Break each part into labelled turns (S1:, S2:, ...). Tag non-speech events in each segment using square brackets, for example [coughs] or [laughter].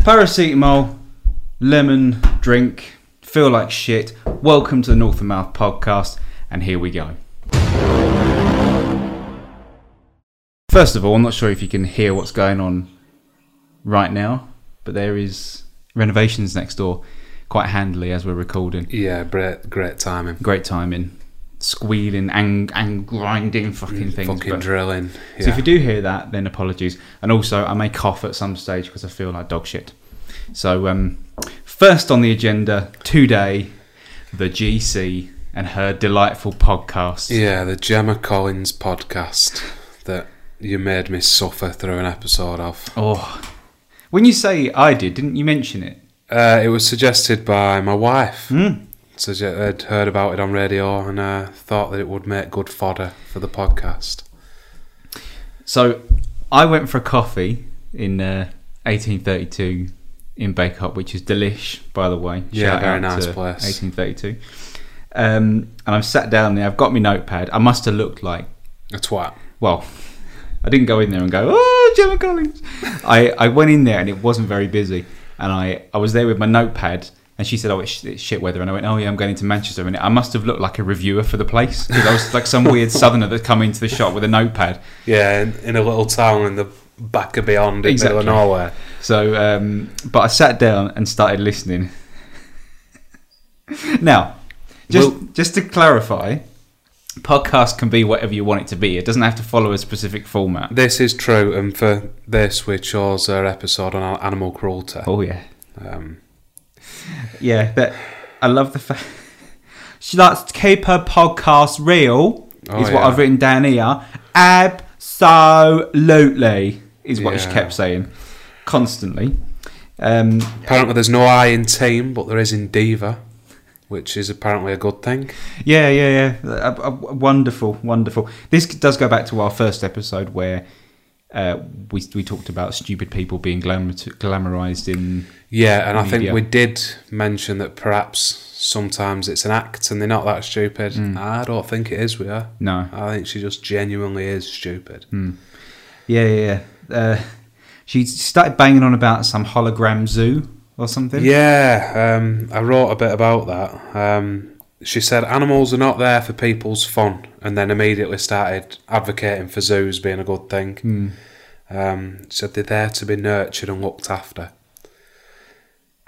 S1: Paracetamol, lemon drink, feel like shit. Welcome to the North and Mouth podcast, and here we go. First of all, I'm not sure if you can hear what's going on right now, but there is renovations next door quite handily as we're recording.
S2: Yeah, great, great timing.
S1: Great timing, squealing and and grinding fucking things.
S2: Fucking
S1: but-
S2: drilling. Yeah.
S1: so if you do hear that, then apologies. And also, I may cough at some stage because I feel like dog shit. So, um, first on the agenda today, the GC and her delightful podcast.
S2: yeah, the Gemma Collins podcast that you made me suffer through an episode of.
S1: Oh, when you say I did, didn't you mention it?
S2: Uh, it was suggested by my wife.
S1: Hmm.
S2: Sugge- I'd heard about it on radio and uh, thought that it would make good fodder for the podcast.
S1: So, I went for a coffee in uh, 1832 in Bake Hop, which is delish, by the way.
S2: Yeah, very nice
S1: to
S2: place.
S1: 1832. Um, and I've sat down there. I've got my notepad. I must have looked like
S2: A twat.
S1: well, I didn't go in there and go, oh, Gemma Collins. I, I went in there and it wasn't very busy. And I, I was there with my notepad and she said, oh, it's, sh- it's shit weather. And I went, oh, yeah, I'm going into Manchester. in a minute." I must have looked like a reviewer for the place because I was like [laughs] some weird southerner that come into the shop with a notepad.
S2: Yeah, in, in a little town in the back of beyond in
S1: Exactly.
S2: middle of nowhere.
S1: So, um, but I sat down and started listening. [laughs] now, just just to clarify, podcast can be whatever you want it to be. It doesn't have to follow a specific format.
S2: This is true, and for this we chose our episode on animal cruelty.
S1: Oh yeah.
S2: Um,
S1: Yeah, that I love the fact [laughs] she likes to keep her podcast real.
S2: Oh,
S1: is what
S2: yeah.
S1: I've written down here. Absolutely is what she
S2: Yeah.
S1: kept saying constantly. Um,
S2: Apparently, there's no I in team, but there is in diva, which is apparently a good thing.
S1: yeah, yeah, yeah. Uh, uh, wonderful, wonderful. This does go back to our first episode where uh, we we talked about stupid people being glamour- glamorized in.
S2: Yeah, and I think
S1: Media.
S2: we did mention that perhaps sometimes it's an act and they're not that stupid. I don't think it is. We are.
S1: Hmm. No, Hmm.
S2: I think she just genuinely is stupid.
S1: yeah, yeah. yeah. Uh, she started banging on about some hologram zoo or something.
S2: Yeah, um, I wrote a bit about that. Um, she said animals are not there for people's fun, and then immediately started advocating for zoos being a good thing.
S1: Hmm.
S2: Um, said they're there to be nurtured and looked after.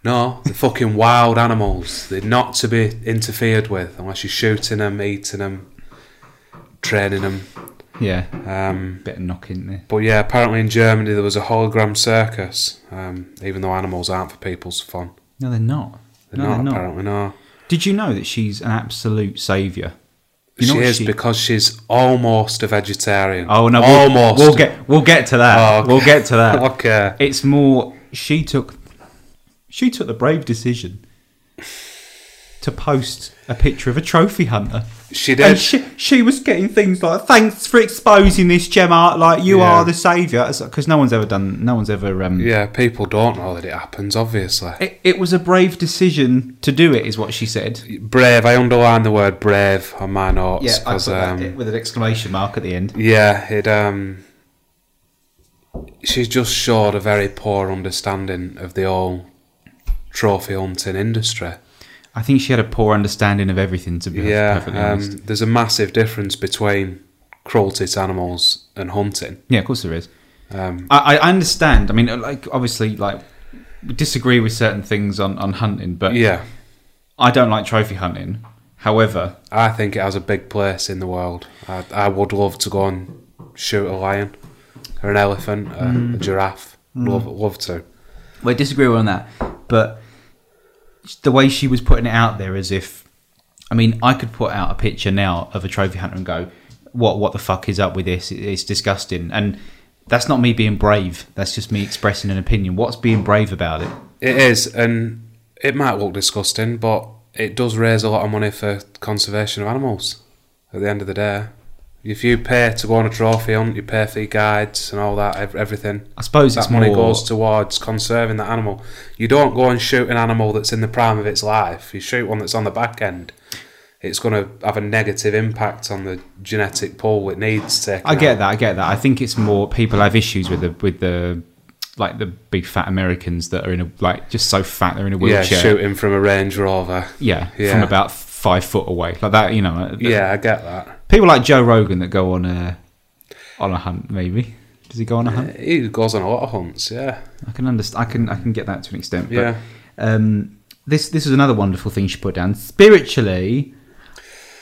S2: No, they're fucking wild animals. They're not to be interfered with unless you're shooting them, eating them, training them.
S1: yeah.
S2: Um,
S1: Bit of knock in there.
S2: but yeah, apparently in Germany there was a hologram circus, um, even though animals aren't for people's fun.
S1: No, they're not.
S2: They're
S1: no,
S2: not,
S1: they're not.
S2: apparently, no.
S1: Did you know that she's an absolute saviour? You know
S2: she
S1: what
S2: is
S1: she-
S2: because she's almost a vegetarian.
S1: Oh no, we'll,
S2: almost.
S1: We'll get we'll get to that.
S2: Oh, okay.
S1: We'll get to that.
S2: [laughs] okay.
S1: It's more she took she took the brave decision to post a picture of a trophy hunter.
S2: She
S1: And
S2: did.
S1: she, she was getting things like "Thanks for exposing this, Gemma. Like you
S2: Yeah.
S1: are the saviour," because no one's ever done. No one's ever. Um,
S2: yeah, people don't know that it happens. Obviously,
S1: it, it was a brave decision to do it, is what she said.
S2: brave. I underline the word brave on my notes
S1: Yeah, I put
S2: 'cause,
S1: that
S2: um,
S1: with an exclamation mark at the end.
S2: yeah, it. Um, she just showed a very poor understanding of the whole trophy hunting industry.
S1: I think she had a poor understanding of everything, to be
S2: Yeah,
S1: perfectly
S2: um,
S1: honest.
S2: there's a massive difference between cruelty to animals and hunting.
S1: Yeah, of course there is.
S2: Um,
S1: I, I understand. I mean, like obviously, like we disagree with certain things on, on hunting, but
S2: yeah,
S1: I don't like trophy hunting. However,
S2: I think it has a big place in the world. I, I would love to go and shoot a lion or an elephant, a, a giraffe. Love, love to.
S1: we disagree on that. But the way she was putting it out there, as if, I mean, I could put out a picture now of a trophy hunter and go, "What? What the fuck is up with this? It- It's disgusting." And that's not me being brave. That's just me expressing an opinion. What's being brave about it?
S2: It is, and it might look disgusting, but it does raise a lot of money for conservation of animals. At the end of the day, if you pay to go on a trophy hunt, you pay for your guides and all that, ev- everything.
S1: I suppose
S2: That
S1: it's
S2: money
S1: more
S2: goes towards conserving that animal. You don't go and shoot an animal that's in the prime of its life. You shoot one that's on the back end. It's going to have a negative impact on the genetic pool it needs to.
S1: I get that. I get that. I think it's more people have issues with the with the like the big fat Americans that are in a like just so fat they're in a
S2: yeah,
S1: wheelchair.
S2: shooting from a Range Rover.
S1: yeah, from
S2: Yeah.
S1: about five foot away, like that. You know,
S2: Yeah, I get that.
S1: people like Joe Rogan that go on a on a hunt. Maybe does he go on a hunt?
S2: He goes on a lot of hunts. Yeah,
S1: I can understand. I can I can get that to an extent. But,
S2: yeah.
S1: Um, this this is another wonderful thing she put down. Spiritually,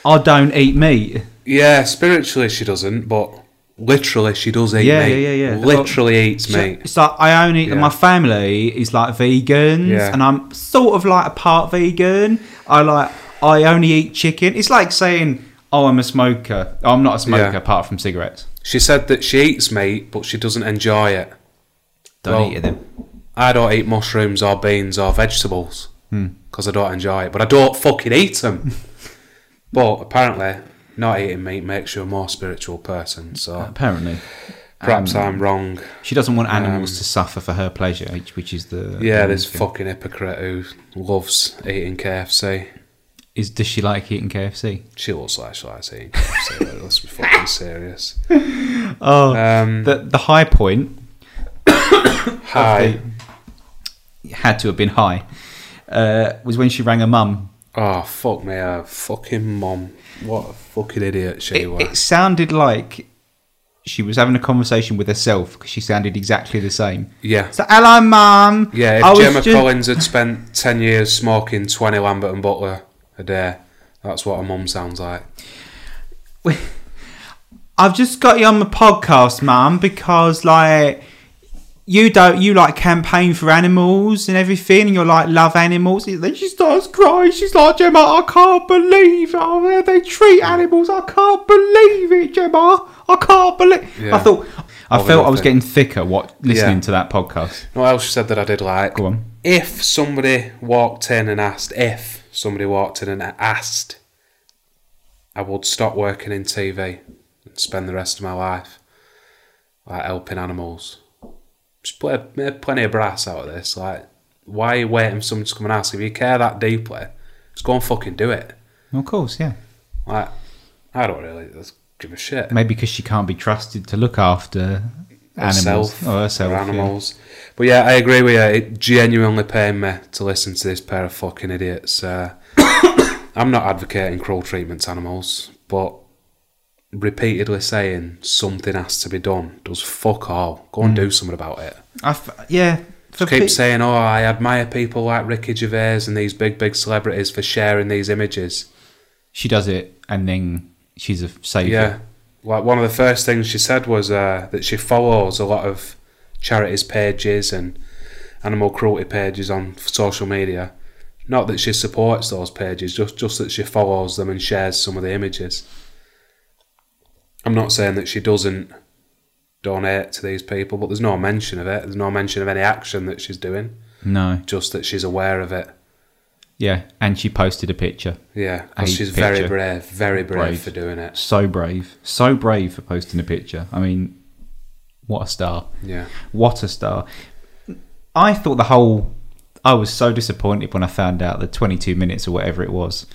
S1: I don't eat meat.
S2: Yeah, spiritually she doesn't, but literally she does eat
S1: Yeah,
S2: meat.
S1: yeah, yeah, yeah.
S2: Literally eats meat.
S1: It's like I only
S2: Yeah.
S1: my family is like vegans,
S2: Yeah.
S1: and I'm sort of like a part vegan. I like I only eat chicken. It's like saying, "Oh, I'm a smoker. Oh, I'm not a smoker
S2: Yeah.
S1: apart from cigarettes.
S2: She said that she eats meat, but she doesn't enjoy it.
S1: Don't
S2: Well,
S1: eat it then."
S2: I don't eat mushrooms or beans or vegetables
S1: Hmm.
S2: because I don't enjoy it, but I don't fucking eat them.
S1: [laughs]
S2: but apparently, not eating meat makes you a more spiritual person. So
S1: Apparently,
S2: perhaps
S1: Uh, Um,
S2: I'm wrong.
S1: she doesn't want animals to suffer for her pleasure, which- which is the
S2: Um, Yeah,
S1: the
S2: this
S1: thing.
S2: fucking hypocrite who loves eating KFC.
S1: is does she like eating KFC?
S2: She looks like she likes eating KFC. but let's be
S1: [laughs]
S2: fucking serious.
S1: Oh,
S2: Um,
S1: the the high point
S2: hi.
S1: had to have been high. Uh, was when she rang her mum.
S2: Oh fuck me, her fucking mom. What a fucking idiot she
S1: It, it
S2: was.
S1: sounded like she was having a conversation with herself because she sounded exactly the same.
S2: Yeah.
S1: So, hello, mum.
S2: Yeah, if
S1: I was
S2: Gemma
S1: ju-
S2: Collins had spent 10 years smoking 20 Lambert and Butler a day, that's what a mum sounds like.
S1: I've just got you on the podcast, mum, because like you don't you like campaign for animals and everything, and you're like love animals. And then she starts crying. She's like, Gemma, I can't believe oh, how they treat animals. I can't believe it, Gemma. I can't believe.
S2: Yeah.
S1: I thought I
S2: Of
S1: felt I was
S2: nothing.
S1: getting thicker. What listening
S2: Yeah.
S1: to that podcast?
S2: You know what else she said that I did like?
S1: Go on.
S2: If somebody walked in and asked, if somebody walked in and asked, I would stop working in TV and spend the rest of my life like helping animals. Just pl- made plenty of brass out of this. Like, why are you waiting for someone to come and ask? If you care that deeply, just go and fucking do it.
S1: Of course, yeah.
S2: Like, I don't really give a shit.
S1: Maybe because she can't be trusted to look after animals
S2: herself
S1: or herself.
S2: or
S1: Oh, yeah.
S2: animals. But yeah, I agree with you. It genuinely pained me to listen to this pair of fucking idiots. Uh, [coughs] I'm not advocating cruel treatment to animals, but repeatedly saying something has to be done does fuck all. Go and do something about it.
S1: I f- yeah. For
S2: Just keep
S1: Mm. pe-
S2: saying, oh, I admire people like Ricky Gervais and these big, big celebrities for sharing these images.
S1: she does it, and then she's a savior.
S2: Yeah. Like one of the first things she said was uh, that she follows a lot of charities pages and animal cruelty pages on social media. Not that she supports those pages, just just that she follows them and shares some of the images. I'm not saying that she doesn't donate to these people, but there's no mention of it. There's no mention of any action that she's doing.
S1: No.
S2: Just that she's aware of it.
S1: Yeah, and she posted a picture.
S2: Yeah,
S1: I
S2: 'cause she's very
S1: picture.
S2: brave, very brave,
S1: Brave.
S2: for doing it.
S1: So brave, so brave for posting a picture. I mean, what a star!
S2: Yeah,
S1: What a star! I thought the whole. I was so disappointed when I found out the 22 minutes or whatever it was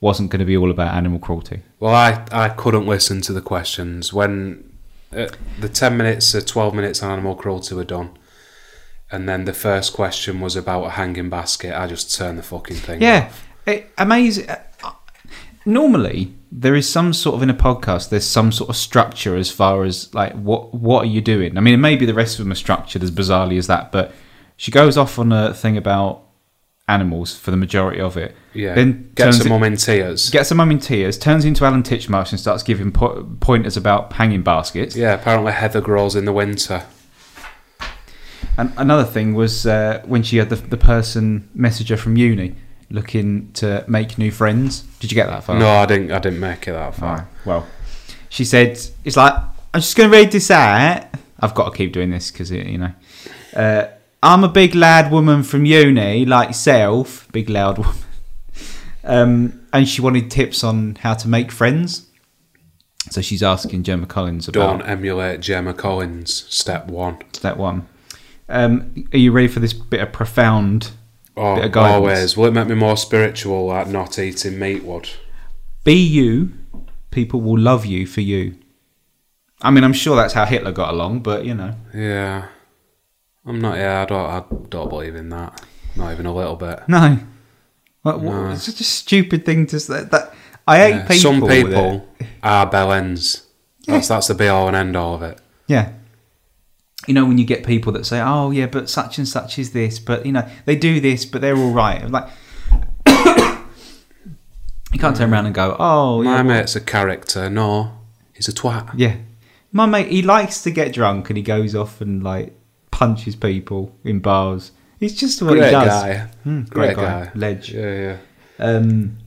S1: wasn't going to be all about animal cruelty.
S2: Well, I, I couldn't listen to the questions when uh, the 10 minutes or 12 minutes on animal cruelty were done. And then the first question was about a hanging basket. I just turned the fucking thing.
S1: Yeah,
S2: off.
S1: it, amazing. Normally, there is some sort of in a podcast. There's some sort of structure as far as like what what are you doing? I mean, maybe the rest of them are structured as bizarrely as that, but she goes off on a thing about animals for the majority of it.
S2: Yeah.
S1: Then
S2: Get
S1: turns
S2: some
S1: it-
S2: mum in tears.
S1: gets a mum in tears, turns into Alan Titchmarsh and starts giving po- pointers about hanging baskets.
S2: yeah, apparently heather grows in the winter.
S1: And another thing was uh, when she had the, the person messenger from uni looking to make new friends. Did you get that far?
S2: No, I didn't I didn't make it that far.
S1: Fine. Well, she said, "It's like I'm just going to read this out. I've got to keep doing this because you know, uh, I'm a big loud woman from uni, like yourself, big loud woman. [laughs] Um, and she wanted tips on how to make friends. So she's asking Gemma Collins about
S2: Don't emulate Gemma Collins, step one.
S1: that one. Um, are you ready for this bit of profound?
S2: Oh,
S1: Bit of guidance.
S2: always. Will it make me more spiritual like not eating meat would?
S1: Be you, people will love you for you. I mean, I'm sure that's how Hitler got along, but you know.
S2: Yeah. I'm not. Yeah, I don't. I don't believe in that. Not even a little bit.
S1: [laughs] No. What, what, It's such a stupid thing to say. That I hate
S2: Yeah.
S1: people.
S2: Some
S1: that-
S2: people are bell ends. That's that's the be all and end all of it.
S1: Yeah. You know, when you get people that say, oh, yeah, but such and such is this, but, you know, they do this, but they're all right. I'm Like, [coughs] you can't turn around and go, oh,
S2: My
S1: yeah.
S2: mate's a character. No, he's a twat.
S1: yeah. My mate, he likes to get drunk and he goes off and, like, punches people in bars. It's just what
S2: Great
S1: Oh, he does.
S2: guy.
S1: Hmm,
S2: Great, guy.
S1: Ledge.
S2: Yeah, yeah.
S1: Um,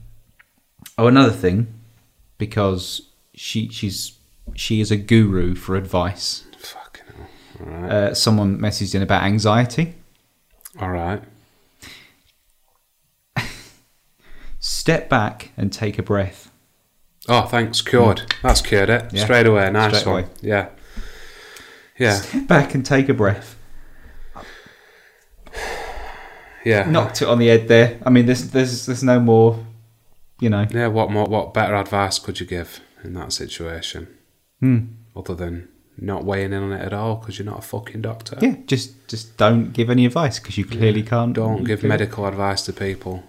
S1: oh, another thing, because she she's she is a guru for advice.
S2: Fucking hell. All right.
S1: Uh, someone messaged in about anxiety.
S2: all right.
S1: Step back and take a breath.
S2: Oh, thanks. Cured. That's cured it
S1: Hmm. Yeah.
S2: straight away. Nice
S1: Straight
S2: one.
S1: away.
S2: Yeah. Yeah.
S1: Step back and take a breath.
S2: Yeah.
S1: Knocked it on the head there. I mean, there's there's there's no more, you know.
S2: Yeah. What more? What better advice could you give in that situation,
S1: Hmm.
S2: other than not weighing in on it at all because you're not a fucking doctor?
S1: Yeah, just just don't give any advice because you clearly can't.
S2: Don't give
S1: clearly-
S2: medical advice to people.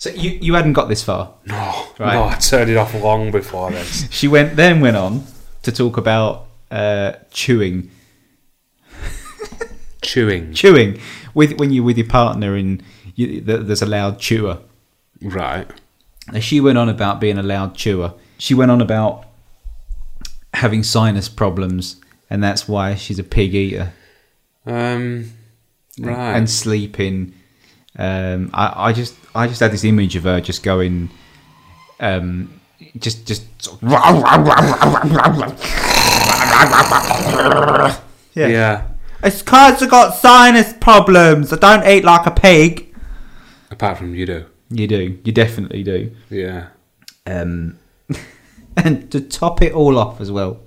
S1: So you you hadn't got this far.
S2: No,
S1: Right.
S2: no, I turned it off long before this.
S1: She went then went on to talk about uh, chewing
S2: Chewing.
S1: chewing with when you're with your partner and you, th- there's a loud chewer.
S2: Right.
S1: And she went on about being a loud chewer. She went on about having sinus problems, and that's why she's a pig eater
S2: Um. Right.
S1: and sleeping. Um, I, I just I just had this image of her just going, um, just just sort of- [laughs]
S2: yeah.
S1: yeah. It's because I got sinus problems. I don't eat like a pig.
S2: Apart from you do.
S1: You do. You definitely do.
S2: Yeah.
S1: Um, [laughs] and to top it all off as well,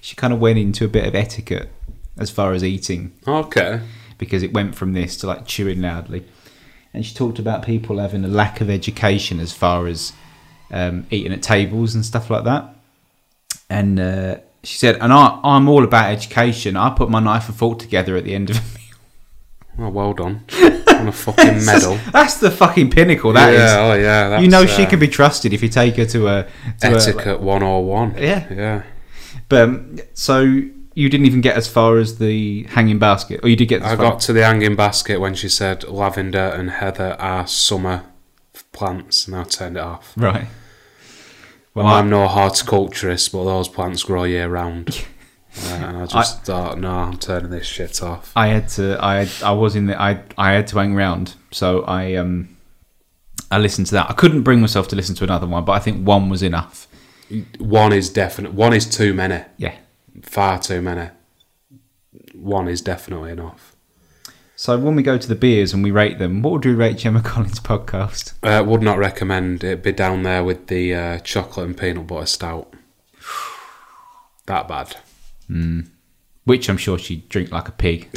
S1: she kind of went into a bit of etiquette as far as eating
S2: Okay.
S1: because it went from this to like chewing loudly. And she talked about people having a lack of education as far as um, eating at tables and stuff like that. And uh, she said, and I, I'm all about education. I put my knife and fork together at the end of a meal.
S2: Well, well [laughs] done. on a fucking medal.
S1: [laughs] That's the fucking pinnacle, That is.
S2: yeah, Oh yeah. That's,
S1: you know she
S2: uh,
S1: can be trusted if you take her to a to a,
S2: etiquette 101.
S1: Yeah.
S2: Yeah.
S1: But um, so you didn't even get as far as the hanging basket, or you did get. As
S2: I
S1: far.
S2: got to the hanging basket when she said lavender and heather are summer f- plants, and I turned it off.
S1: right. Well,
S2: Well, I'm no horticulturist, but those plants grow year [laughs] round. Uh, and I just thought, no, I'm turning this shit off.
S1: I had to. I had, I was in the. I I had to hang round, so I um I listened to that. I couldn't bring myself to listen to another one, but I think one was enough.
S2: One is definite. One is too many.
S1: Yeah.
S2: Far too many. One is definitely enough.
S1: So when we go to the beers and we rate them, what would we rate Gemma [laughs] Collins' podcast?
S2: Uh, would not recommend it. Be down there with the uh, chocolate and peanut butter stout. [sighs] That bad.
S1: Which I'm sure she'd drink like a pig.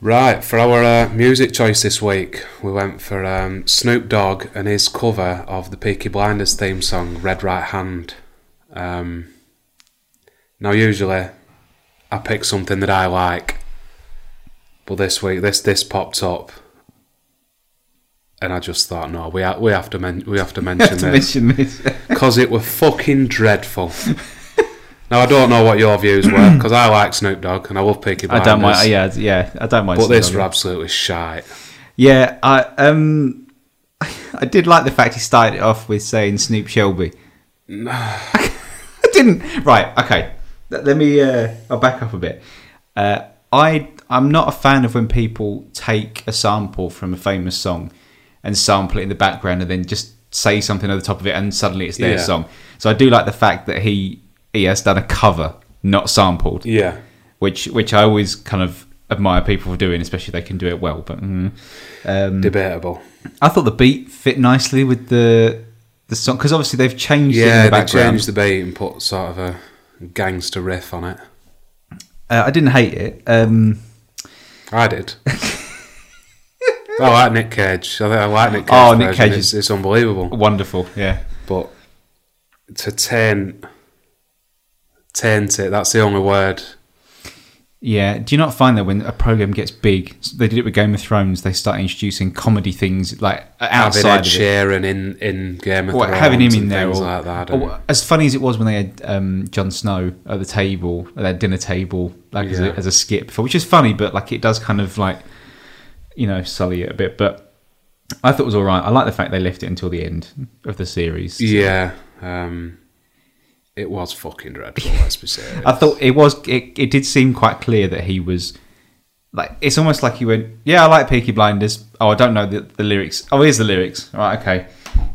S2: Right, for our uh, music choice this week, we went for um, Snoop Dogg and his cover of the Peaky Blinders theme song, Red Right Hand. Um, now, usually, I pick something that I like, but this week, this this popped up, and I just thought, no, we ha- we have to men- we
S1: [laughs]
S2: have to mention
S1: to
S2: this
S1: mention
S2: [laughs]
S1: this.
S2: because it were fucking dreadful. now, I don't know what your views
S1: [coughs]
S2: were because I like Snoop Dogg and I love Peaky
S1: I
S2: Blinders.
S1: don't mind. Yeah, yeah. I don't mind.
S2: But this
S1: Snoop
S2: were
S1: Dogg.
S2: absolutely shite.
S1: Yeah, I um, [laughs] I did like the fact he started it off with saying Snoop Shelby. [laughs] I didn't. Right. Okay. Let, let me. Uh, I'll back up a bit. Uh, I I'm not a fan of when people take a sample from a famous song and sample it in the background and then just say something at the top of it and suddenly it's their
S2: Yeah.
S1: song. So I do like the fact that he he has done a cover, not sampled
S2: Yeah.
S1: which which I always kind of admire people for doing, especially if they can do it well. But mm. um,
S2: Debatable.
S1: I thought the beat fit nicely with the the song because obviously they've changed it in
S2: Yeah,
S1: the
S2: they
S1: background.
S2: changed the beat and put sort of a gangster riff on it.
S1: Uh, I didn't hate it. Um, [laughs]
S2: I did. I like Nick Cage. I think I like Nick Cage.
S1: Oh, Nick Cage
S2: It's,
S1: is-
S2: it's unbelievable.
S1: wonderful, yeah.
S2: But to turn taint it. That's the only word.
S1: Yeah, do you not find that when a program gets big, so they did it with Game of Thrones, they start introducing comedy things like outside
S2: Having Ed
S1: of it.
S2: Sheeran in in Game of
S1: Or
S2: Thrones,
S1: having him in
S2: and
S1: there, or,
S2: things like that.
S1: or
S2: and-
S1: Oh, as funny as it was when they had um, Jon Snow at the table, at their dinner table, like as,
S2: Yeah.
S1: a, as a skit before, which is funny, but like it does kind of like you know sully it a bit. But I thought it was all right. I like the fact they left it until the end of the series.
S2: yeah, um, it was fucking dreadful. Let's be serious.
S1: I thought it was. It, it did seem quite clear that he was like. It's almost like he went, "Yeah, I like Peaky Blinders. Oh, I don't know the, the lyrics. Oh, here's the lyrics. All right, okay."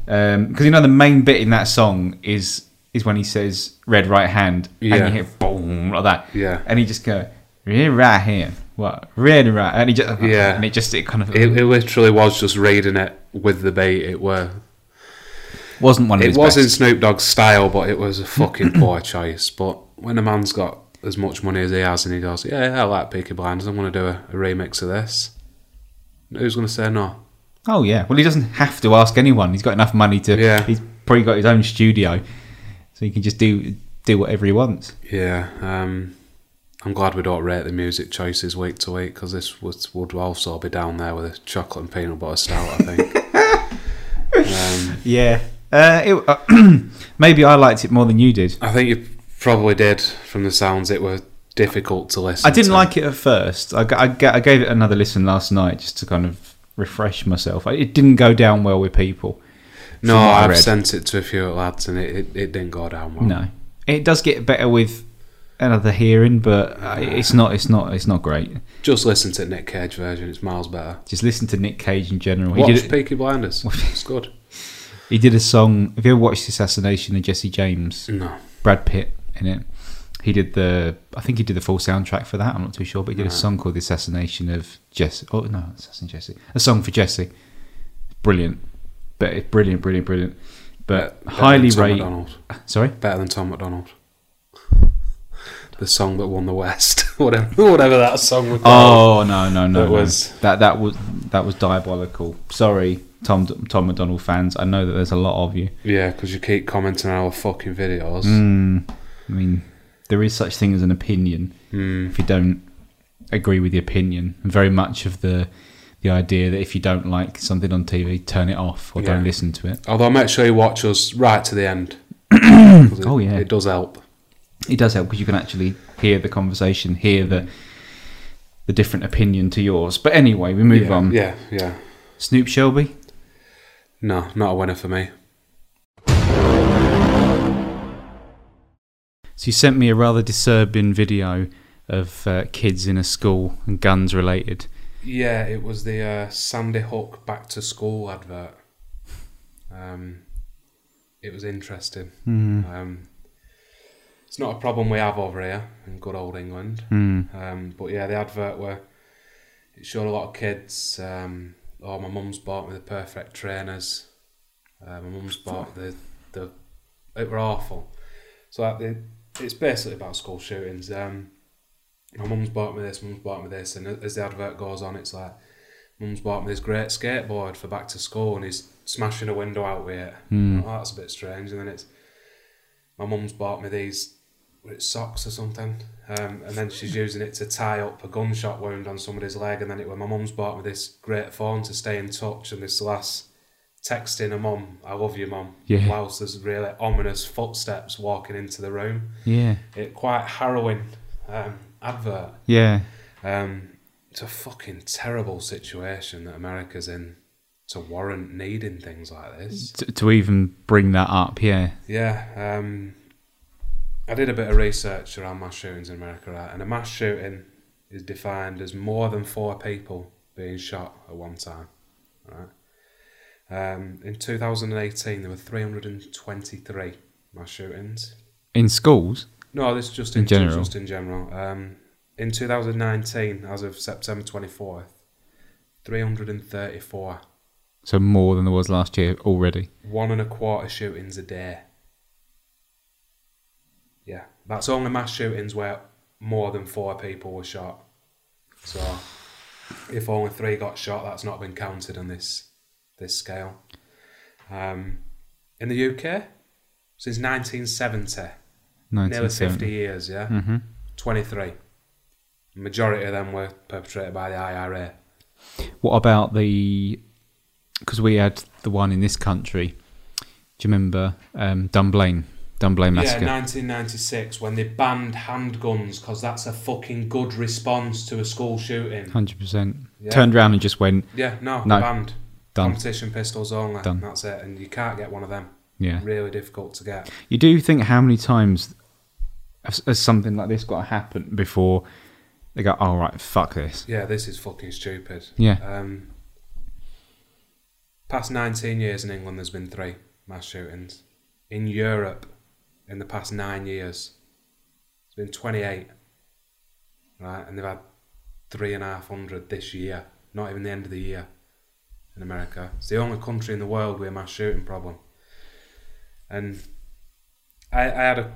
S1: Because you know the main bit in that song is is when he says "red right hand"
S2: Yeah.
S1: and you hear boom like that.
S2: Yeah.
S1: and he just go "red right hand." What red right? And he just
S2: Yeah.
S1: and it just it kind of
S2: it, it literally was just reading it with the beat. It were.
S1: wasn't one of
S2: It
S1: his
S2: was in
S1: best.
S2: Snoop Dogg's style, but it was a [clears throat] fucking poor choice. But when a man's got as much money as he has and he goes, Yeah, yeah I like Peaky Blinders, I'm going to do a, a remix of this. Who's going to say no?
S1: Oh yeah. Well, he doesn't have to ask anyone. He's got enough money to.
S2: Yeah.
S1: He's probably got his own studio, so he can just do do whatever he wants.
S2: Yeah, um, I'm glad we don't rate the music choices week to week because this would, would also be down there with a chocolate and peanut butter stout, I [laughs] think. um,
S1: Yeah. Uh, [clears throat] it, maybe I liked it more than you did.
S2: I think you probably did from the sounds, it were difficult to listen
S1: I didn't
S2: to.
S1: like it at first. I, g- I g- I gave it another listen last night just to kind of refresh myself. I- It didn't go down well with people. from
S2: No,
S1: what I
S2: I've
S1: read.
S2: sent it to a few lads and it, it, it didn't go down well.
S1: No, it does get better with another hearing, but uh, it's not. It's not. It's not great.
S2: Just listen to the Nick Cage version. It's miles better.
S1: Just listen to Nick Cage in general. He
S2: Watch
S1: did.
S2: Peaky Blinders. it's good.
S1: He did a song. Have you ever watched the assassination of Jesse James?
S2: No.
S1: Brad Pitt in it. He did the, I think he did the full soundtrack for that. I'm not too sure, but he did a
S2: Hmm.
S1: song called "The Assassination of Jesse." Oh no, Assassin Jesse, a song for Jesse. Brilliant, but it's brilliant, brilliant, brilliant. But
S2: Better
S1: highly
S2: than Tom
S1: rated.
S2: McDonald.
S1: Sorry,
S2: Better than Tom McDonald. The song that won the West. [laughs] whatever, whatever that song was called.
S1: Oh no no no!
S2: That
S1: no.
S2: was-
S1: that that was that was diabolical. Sorry, Tom Tom McDonald fans. I know that there's a lot of you.
S2: Yeah, because you keep commenting on our fucking videos.
S1: Mm, I mean, there is such thing as an opinion.
S2: Mm.
S1: if you don't agree with the opinion and very much of the the idea that if you don't like something on TV turn it off or
S2: Yeah.
S1: don't listen to it
S2: Although make sure you watch us right to the
S1: [coughs]
S2: end. 'Cause it-
S1: Oh, yeah.
S2: It does help.
S1: it does help because you can actually hear the conversation hear
S2: Hmm.
S1: the the different opinion to yours but anyway we move
S2: yeah,
S1: on
S2: Yeah, yeah.
S1: Snoop Shelby
S2: No, not a winner for me.
S1: so you sent me a rather disturbing video of uh, kids in a school and guns related
S2: Yeah, it was the uh, Sandy Hook back to school advert. Um, it was interesting. Um, it's not a problem we have over here in good old England. Um, but yeah, the advert were it showed a lot of kids. Um, oh, my mum's bought me the perfect trainers. Uh, my mum's bought the the. It were awful. So like the, it's basically about school shootings. Um, my mum's bought me this, mum's bought me this, and as the advert goes on, it's like, mum's bought me this great skateboard for back to school, and he's smashing a window out with it. Oh, that's a bit strange. And then it's, my mum's bought me these what, it's socks or something, um, and then she's using it to tie up a gunshot wound on somebody's leg, and then it went, my mum's bought me this great phone to stay in touch, and this lass texting her mum, I love you, mum,
S1: Yeah.
S2: whilst there's really ominous footsteps walking into the room.
S1: yeah
S2: It quite harrowing um, advert.
S1: yeah
S2: Um, it's a fucking terrible situation that America's in to warrant needing things like this.
S1: T- to even bring that up yeah
S2: Yeah, um, I did a bit of research around mass shootings in America, right? And a mass shooting is defined as more than four people being shot at one time, right? Um, in 2018, there were 323 mass shootings.
S1: in schools
S2: No, this is just in,
S1: In general.
S2: Just in general. Um, in 2019, as of September 24th, 334,
S1: so more than there was last year already
S2: one and a quarter shootings a day. Yeah, that's only mass shootings where more than four people were shot. So, if only three got shot, that's not been counted on this this scale. Um, in the UK, since 1970, nearly 50
S1: 1970.
S2: years, yeah?
S1: Mhm.
S2: 23. Majority of them were perpetrated by the IRA.
S1: What about the? Because we had the one in this country. Do you remember um, Dunblane? Dunblane massacre.
S2: Yeah, 1996, when they banned handguns because that's a fucking good response to a school shooting.
S1: Hundred percent.
S2: Yeah.
S1: Turned around and just went
S2: Yeah, no,
S1: No.
S2: banned.
S1: done.
S2: Competition pistols only.
S1: Done.
S2: That's it. And you can't get one of them.
S1: Yeah.
S2: Really difficult to get.
S1: You do think how many times has, has something like this got to happen before they go, "All right, fuck this."
S2: Yeah, this is fucking stupid.
S1: Yeah.
S2: Um, past 19 years in England, there's been three mass shootings. In Europe, in the past nine years, it's been 28. Right, and they've had three and a half hundred this year, not even the end of the year in America. It's the only country in the world with a mass shooting problem. And I, I had a,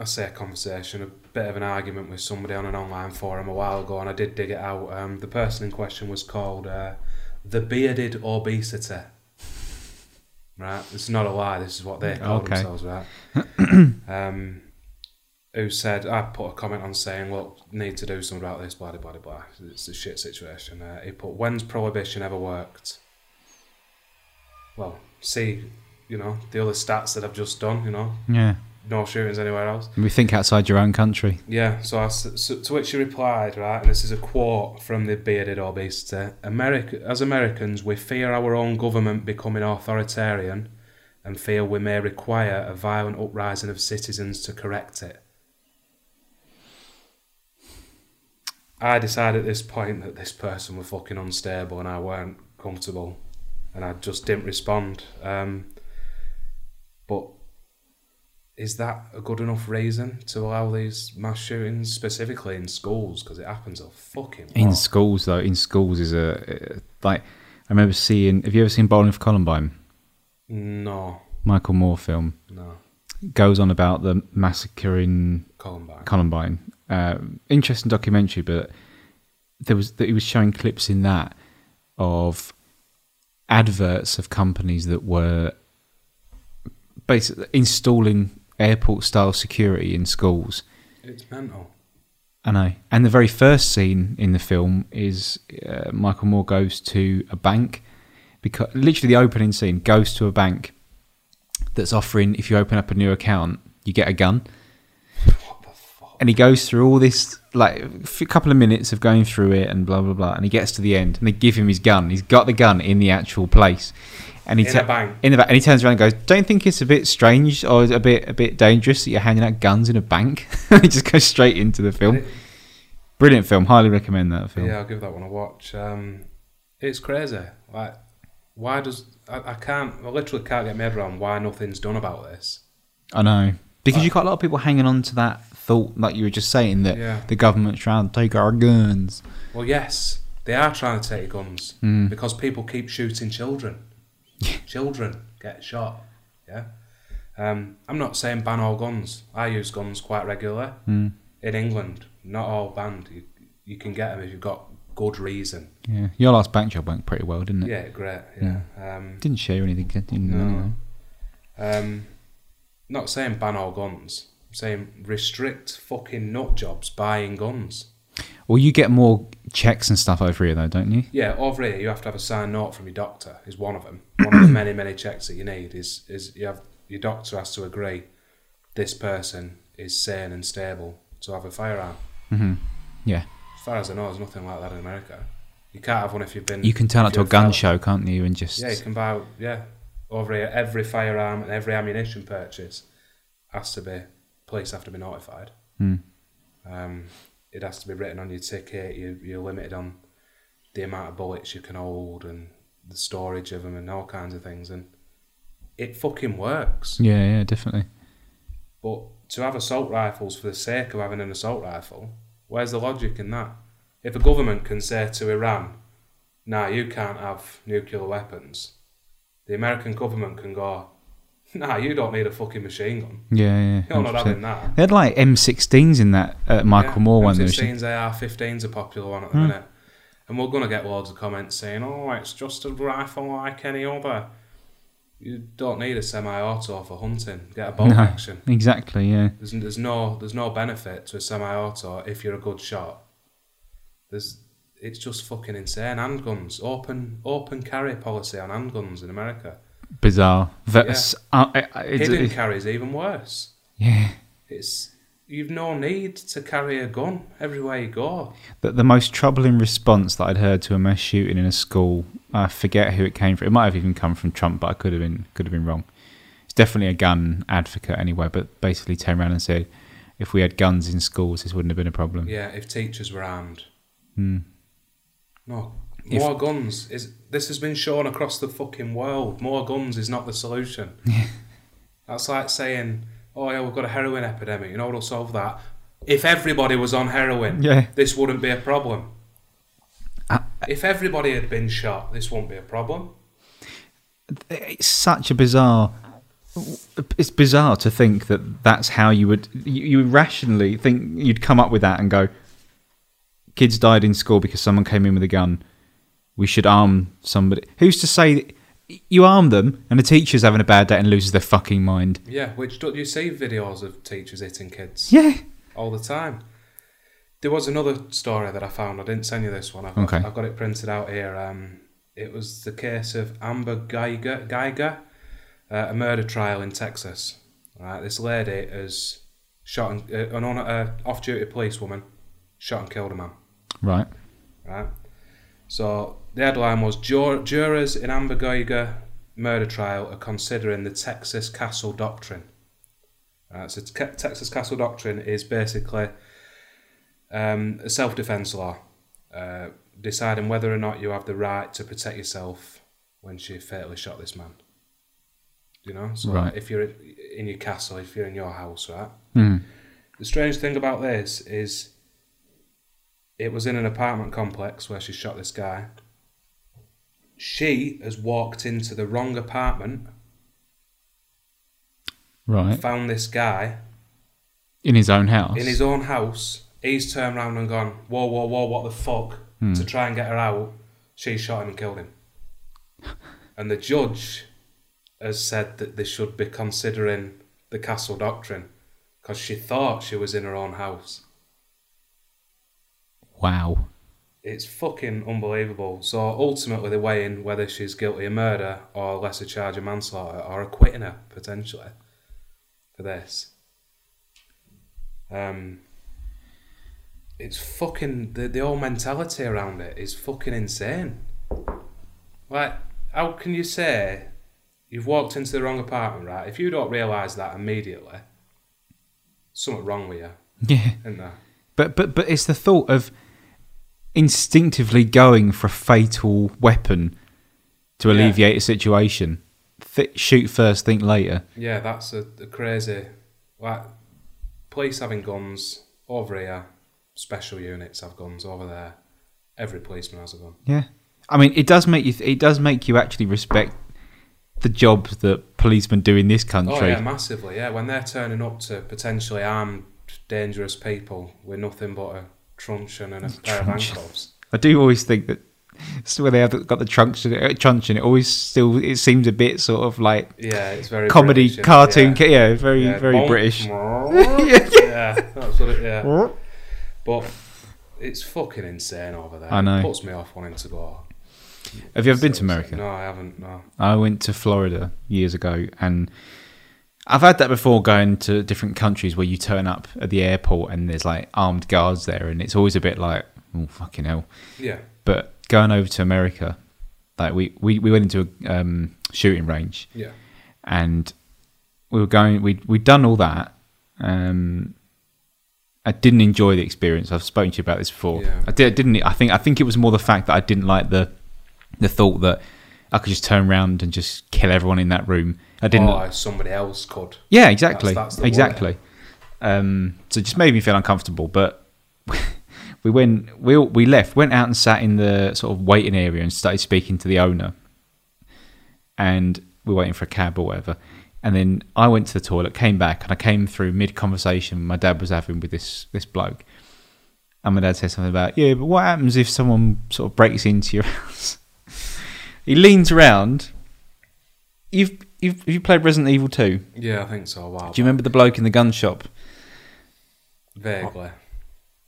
S2: I say a conversation, a bit of an argument with somebody on an online forum a while ago, and I did dig it out. Um, the person in question was called uh, the bearded obesity. Right, it's not a lie. This is what they call
S1: Okay.
S2: themselves, right? um, who said I put a comment on saying, "Look, need to do something about this." Blah blah blah blah. It's a shit situation. Uh, he put, "When's prohibition ever worked?" Well, see, you know the other stats that I've just done. You know,
S1: Yeah.
S2: no shootings anywhere else.
S1: And we think outside your own country.
S2: Yeah, so, I s so to which he replied, right, and this is a quote from the bearded obesity America, As Americans, we fear our own government becoming authoritarian and fear we may require a violent uprising of citizens to correct it. I decided at this point that this person was fucking unstable and I weren't comfortable and I just didn't respond. Um, but is that a good enough reason to allow these mass shootings specifically in schools because it happens a fucking lot.
S1: In schools, though, in schools is a, a like. I remember seeing. Have you ever seen Bowling for Columbine?
S2: no
S1: Michael Moore film
S2: no
S1: goes on about the massacre in
S2: Columbine
S1: Columbine. Um, interesting documentary, but there was that he was showing clips in that of adverts of companies that were basically installing airport style security in schools.
S2: it's mental
S1: I know. And the very first scene in the film is uh, Michael Moore goes to a bank because literally the opening scene goes to a bank that's offering if you open up a new account, you get a gun
S2: what the fuck
S1: and he goes through all this like a f- couple of minutes of going through it and blah blah blah and he gets to the end and they give him his gun he's got the gun in the actual place and he
S2: In
S1: tu-
S2: a bank.
S1: in the back and he turns around and goes don't think it's a bit strange or a bit a bit dangerous that you're handing out guns in a bank [laughs] he just goes straight into the film brilliant film highly recommend that film
S2: yeah I'll give that one a watch um, it's crazy like why does I, I can't I literally can't get my head around why nothing's done about this
S1: I know because you got a lot of people hanging on to that thought like you were just saying that
S2: Yeah.
S1: the government's trying to take our guns
S2: Well, yes, they are trying to take guns because people keep shooting children. [laughs] children get shot. Yeah. Um, I'm not saying ban all guns. I use guns quite regularly in England. Not all banned. You, you can get them if you've got good reason.
S1: yeah your last bank job went pretty well didn't it
S2: Yeah, great. Yeah. Um,
S1: didn't share anything did you?
S2: No. um, not saying ban all guns. I'm saying restrict fucking nut jobs buying guns.
S1: Well, you get more checks and stuff over here, though, don't you?
S2: Yeah, over here you have to have a signed note from your doctor. Is one of them. One of
S1: [coughs]
S2: the many many checks that you need is is you have your doctor has to agree this person is sane and stable to have a firearm.
S1: Yeah.
S2: As far as I know, there's nothing like that in America. You can't have one if you've been.
S1: You can turn
S2: if
S1: up to a
S2: you're
S1: gun
S2: felon.
S1: show, can't you? And just
S2: Yeah, you can buy. Yeah, over here every firearm and every ammunition purchase has to be police have to be notified.
S1: Hmm.
S2: Um, it has to be written on your ticket. You, you're limited on the amount of bullets you can hold and the storage of them and all kinds of things. And it fucking works.
S1: yeah, yeah, definitely.
S2: But to have assault rifles for the sake of having an assault rifle, where's the logic in that? If a government can say to Iran, nah, you can't have nuclear weapons, the American government can go, nah, you don't need a fucking machine gun.
S1: Yeah, yeah.
S2: You're not
S1: 100%.
S2: having that.
S1: They had like M16s in that uh, Michael
S2: Yeah,
S1: Moore one. that was-
S2: M16s, AR-15s are popular one at the minute. And we're going to get loads of comments saying, oh, it's just a rifle like any other. You don't need a semi-auto for hunting. Get a
S1: [laughs]
S2: bolt
S1: No.
S2: action.
S1: Exactly, yeah.
S2: There's, there's no there's no benefit to a semi-auto if you're a good shot. There's it's just fucking insane. Handguns, open open carry policy on handguns in America.
S1: Bizarre. That-
S2: Yeah.
S1: s- uh, I- I- it's-
S2: Hidden
S1: it's-
S2: carry is even worse.
S1: yeah.
S2: It's you've no need to carry a gun everywhere you go.
S1: The, the most troubling response that I'd heard to a mass shooting in a school, I forget who it came from. It might have even come from Trump, but I could have been could have been wrong. It's definitely a gun advocate anyway, but basically turned around and said, if we had guns in schools, this wouldn't have been a problem.
S2: Yeah, if teachers were armed.
S1: Hmm.
S2: No.
S1: If-
S2: More guns is this has been shown across the fucking world. More guns is not the solution.
S1: [laughs]
S2: That's like saying, Oh yeah, we've got a heroin epidemic, you know what'll solve that? If everybody was on heroin,
S1: Yeah. Ah.
S2: this wouldn't be a problem. if everybody had been shot, this wouldn't be a problem.
S1: it's such a bizarre it's bizarre to think that that's how you would you, you would rationally think you'd come up with that and go kids died in school because someone came in with a gun we should arm somebody who's to say that you arm them and the teacher's having a bad day and loses their fucking mind
S2: Yeah, which don't you see videos of teachers hitting kids?
S1: yeah
S2: all the time. There was another story that I found. I didn't send you this one. I've,
S1: Okay.
S2: I've got it printed out here. Um, it was the case of Amber Geiger, Geiger uh, a murder trial in Texas. Right, this lady has shot and, uh, an on, uh, off-duty police woman shot and killed a man.
S1: right
S2: Right. So the headline was "Jur- jurors in Amber Geiger murder trial are considering the Texas Castle Doctrine. Right, Uh, so Te- Texas Castle Doctrine is basically um, a self-defense law, uh, deciding whether or not you have the right to protect yourself when she fatally shot this man. You know, so
S1: Right.
S2: if you're in your castle, if you're in your house, right.
S1: Hmm.
S2: The strange thing about this is it was in an apartment complex where she shot this guy. She has walked into the wrong apartment,
S1: right
S2: found this guy
S1: in his own house
S2: in his own house. He's turned round and gone, whoa, whoa, whoa, what the fuck? To try and get her out. She shot him and killed him. and the judge has said that they should be considering the castle doctrine because she thought she was in her own house.
S1: wow
S2: It's fucking unbelievable. So ultimately, they're weighing whether she's guilty of murder or lesser charge of manslaughter or acquitting her potentially for this. Um, it's fucking the the whole mentality around it is fucking insane. Like, how can you say you've walked into the wrong apartment, right? If you don't realise that immediately, something wrong with you,
S1: yeah
S2: isn't there?
S1: But but but it's the thought of instinctively going for a fatal weapon to
S2: Yeah.
S1: alleviate a situation. Th- shoot first, think later.
S2: Yeah, that's a, a crazy. Like, police having guns over here, special units have guns over there. Every policeman has a gun.
S1: Yeah, I mean, it does make you. Th- it does make you actually respect the job that policemen do in this country.
S2: Oh, yeah, massively. Yeah, when they're turning up to potentially armed, dangerous people with nothing but a truncheon and a pair of
S1: Truncheon.
S2: handcuffs.
S1: I do always think that so when they have got the trunks and it, trunch in it always still it seems a bit sort of like
S2: Yeah, it's very
S1: comedy
S2: British, isn't it?
S1: cartoon.
S2: Yeah.
S1: ca- Yeah, very
S2: Yeah,
S1: very
S2: bonk.
S1: British.
S2: [laughs] yeah, that's what
S1: [laughs]
S2: it. Yeah, but it's fucking insane over there.
S1: I know.
S2: It puts me off wanting to go.
S1: Have you ever been to
S2: So- so-
S1: America?
S2: No, I haven't. No.
S1: I went to Florida years ago, and I've had that before going to different countries where you turn up at the airport and there's like armed guards there, and it's always a bit like, oh, fucking hell.
S2: Yeah.
S1: But going over to America, like we, we, we went into a um, shooting range
S2: Yeah.
S1: and we were going, we'd, we'd done all that. Um, I didn't enjoy the experience. I've spoken to you about this before.
S2: Yeah.
S1: I, did, didn't. I think. I think it was more the fact that I didn't like the the thought that I could just turn around and just kill everyone in that room. I didn't.
S2: or somebody else could.
S1: Yeah, exactly.
S2: That's- that's the word.
S1: exactly. Um, so it just made me feel uncomfortable. But [laughs] we went, we all- we left, went out and sat in the sort of waiting area and started speaking to the owner. And we were waiting for a cab or whatever. And then I went to the toilet, came back, and I came through mid conversation my dad was having with this this bloke. And my dad said something about, yeah, but what happens if someone sort [laughs] of breaks into your house? he leans around. You've you've, have you played Resident Evil Two?
S2: Yeah, I think so. a while
S1: Do you remember the bloke in the gun shop?
S2: back. Vaguely.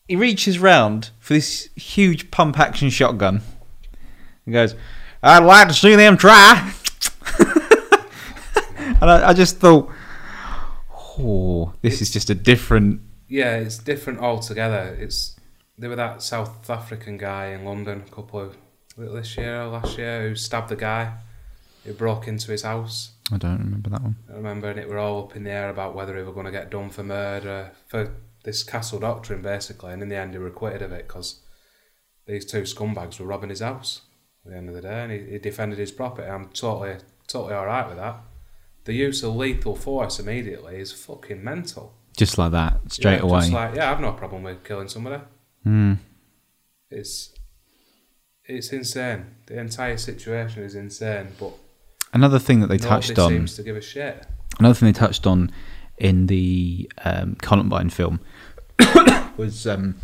S1: He reaches round for this huge pump action shotgun. He goes, "I'd like to see them try." [laughs] and I, I just thought, "Oh, this is just a different."
S2: Yeah, it's different altogether. It's there were that South African guy in London a couple of was it this year or last year who stabbed the guy who broke into his house.
S1: I don't remember that one.
S2: I remember, and it were all up in the air about whether he were going to get done for murder for this castle doctrine, basically. And in the end, he were acquitted of it because these two scumbags were robbing his house at the end of the day, and he, he defended his property. I'm totally, totally all right with that. The use of lethal force immediately is fucking mental.
S1: Just like that, straight
S2: yeah,
S1: away.
S2: Just like, yeah, I've no problem with killing somebody.
S1: Hmm.
S2: It's it's insane. The entire situation is insane, but
S1: Another thing that they touched
S2: nobody
S1: on.
S2: seems to give a shit.
S1: Another thing they touched on in the um, Columbine film [coughs] was, um,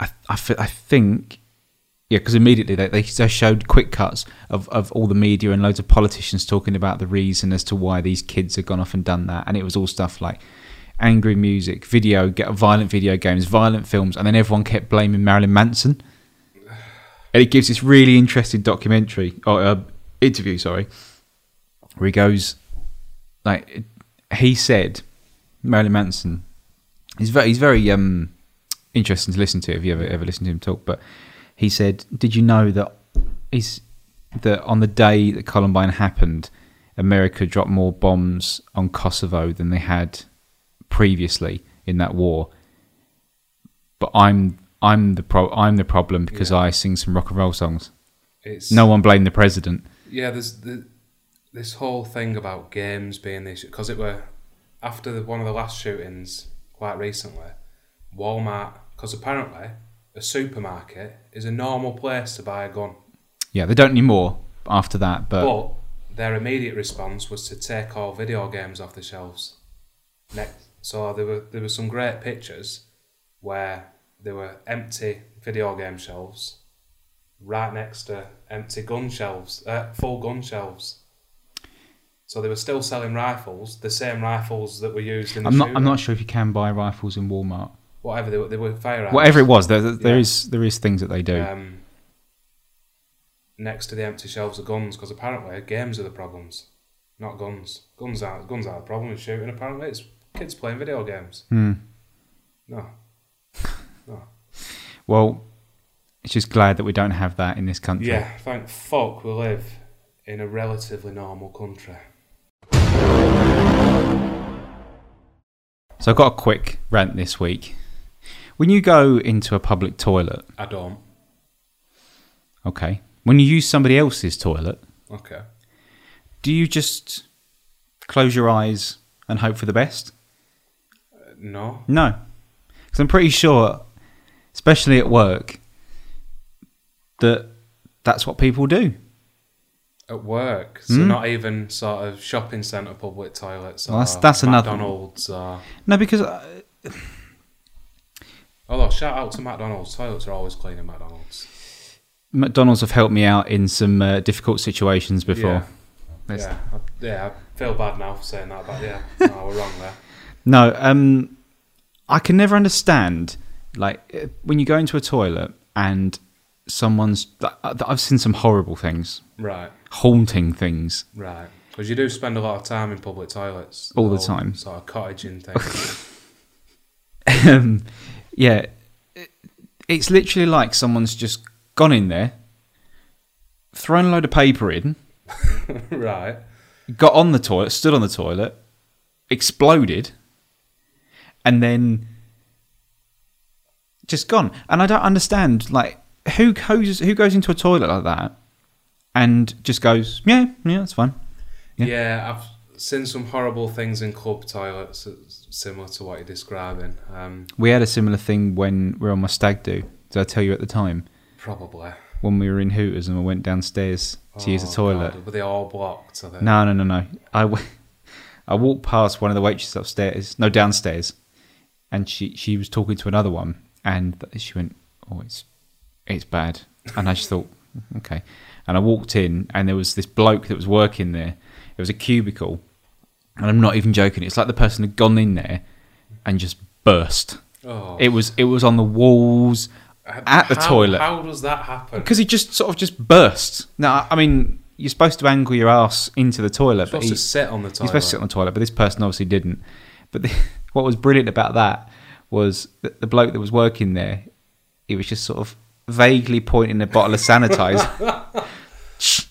S1: I, I, fe- I think, yeah, because immediately they, they they showed quick cuts of, of all the media and loads of politicians talking about the reason as to why these kids have gone off and done that, and it was all stuff like angry music, video, ge- violent video games, violent films, and then everyone kept blaming Marilyn Manson. And it gives this really interesting documentary or uh, interview, sorry, where he goes like it- he said, Marilyn Manson. He's very he's very um interesting to listen to if you ever ever listen to him talk. But he said, "Did you know that he's that on the day that Columbine happened, America dropped more bombs on Kosovo than they had previously in that war. But I'm I'm the pro I'm the problem because I sing some rock and roll songs.
S2: It's
S1: No one blamed the president.
S2: yeah, there's the, this whole thing about games being this because it were after the, one of the last shootings quite recently. Walmart, because apparently a supermarket is a normal place to buy a gun,
S1: Yeah, they don't anymore after that. But
S2: but their immediate response was to take all video games off the shelves. Next, so there were there were some great pictures where there were empty video game shelves right next to empty gun shelves, uh, full gun shelves. So they were still selling rifles, the same rifles that were used in the
S1: I'm not I'm
S2: shooting.
S1: not sure if you can buy rifles in Walmart.
S2: whatever they were, they were firearms.
S1: Whatever it was, there there there
S2: Yeah.
S1: is there is things that they do.
S2: Um, next to the empty shelves of guns, because apparently games are the problems, not guns. Guns are guns are the problem with shooting. Apparently, it's kids playing video games.
S1: Hmm.
S2: No, no.
S1: Well, it's just glad that we don't have that in this country.
S2: Yeah, thank fuck we live in a relatively normal country.
S1: So I've got a quick rant this week. When you go into a public toilet,
S2: I don't.
S1: okay, when you use somebody else's toilet,
S2: Okay.
S1: do you just close your eyes and hope for the best?
S2: Uh, No.
S1: No. Because I'm pretty sure, especially at work, that that's what people do.
S2: At work, so
S1: Hmm?
S2: not even sort of shopping centre public toilets or
S1: Well, that's- that's another-
S2: McDonald's or
S1: No, because uh,
S2: although shout out to McDonald's toilets are always clean in McDonald's.
S1: McDonald's have helped me out in some uh, difficult situations before. Let's-
S2: Yeah, I, yeah, I feel bad now for saying that,
S1: [laughs]
S2: but yeah, no, we're wrong there.
S1: No, um, I can never understand like eh, when you go into a toilet and someone's. th- uh, th- I've seen some horrible things,
S2: Right,
S1: haunting things. [laughs]
S2: right. Because you do spend a lot of time in public toilets.
S1: All the
S2: whole
S1: time.
S2: Sort
S1: [laughs]
S2: of cottaging thing.
S1: um, yeah, it- it's literally like someone's just gone in there, thrown a load of paper in,
S2: right.
S1: got on the toilet, stood on the toilet, exploded, and then just gone. And I don't understand, like, who goes who goes into a toilet like that and just goes, yeah, yeah, that's fine. Yeah.
S2: Yeah. I've seen some horrible things in club toilets that's similar to what you're describing. Um,
S1: We had a similar thing when we were on my stag do. Did I tell you at the time
S2: probably.
S1: when we were in Hooters and I went downstairs to use
S2: Oh,
S1: the toilet?
S2: God, Were they all blocked? Are they?
S1: No, no, no, no. I, w- I walked past one of the waitresses upstairs, no, downstairs, and she, she was talking to another one, and she went, "Oh, it's it's bad," and I just thought, "Okay," and I walked in, and there was this bloke that was working there. It There was a cubicle, and I'm not even joking. It's like the person had gone in there and just burst.
S2: Oh.
S1: It was it was on the walls, at the
S2: How-
S1: toilet.
S2: How does that happen?
S1: Because he just sort of just burst. Now, I mean, you're supposed to angle your ass into the toilet, but
S2: Supposed to
S1: he's,
S2: sit on the
S1: he's
S2: toilet.
S1: supposed to sit on the toilet, but this person obviously didn't. But the, [laughs] what was brilliant about that was that the bloke that was working there, he was just sort of vaguely pointing a bottle of
S2: [laughs]
S1: sanitizer. [laughs]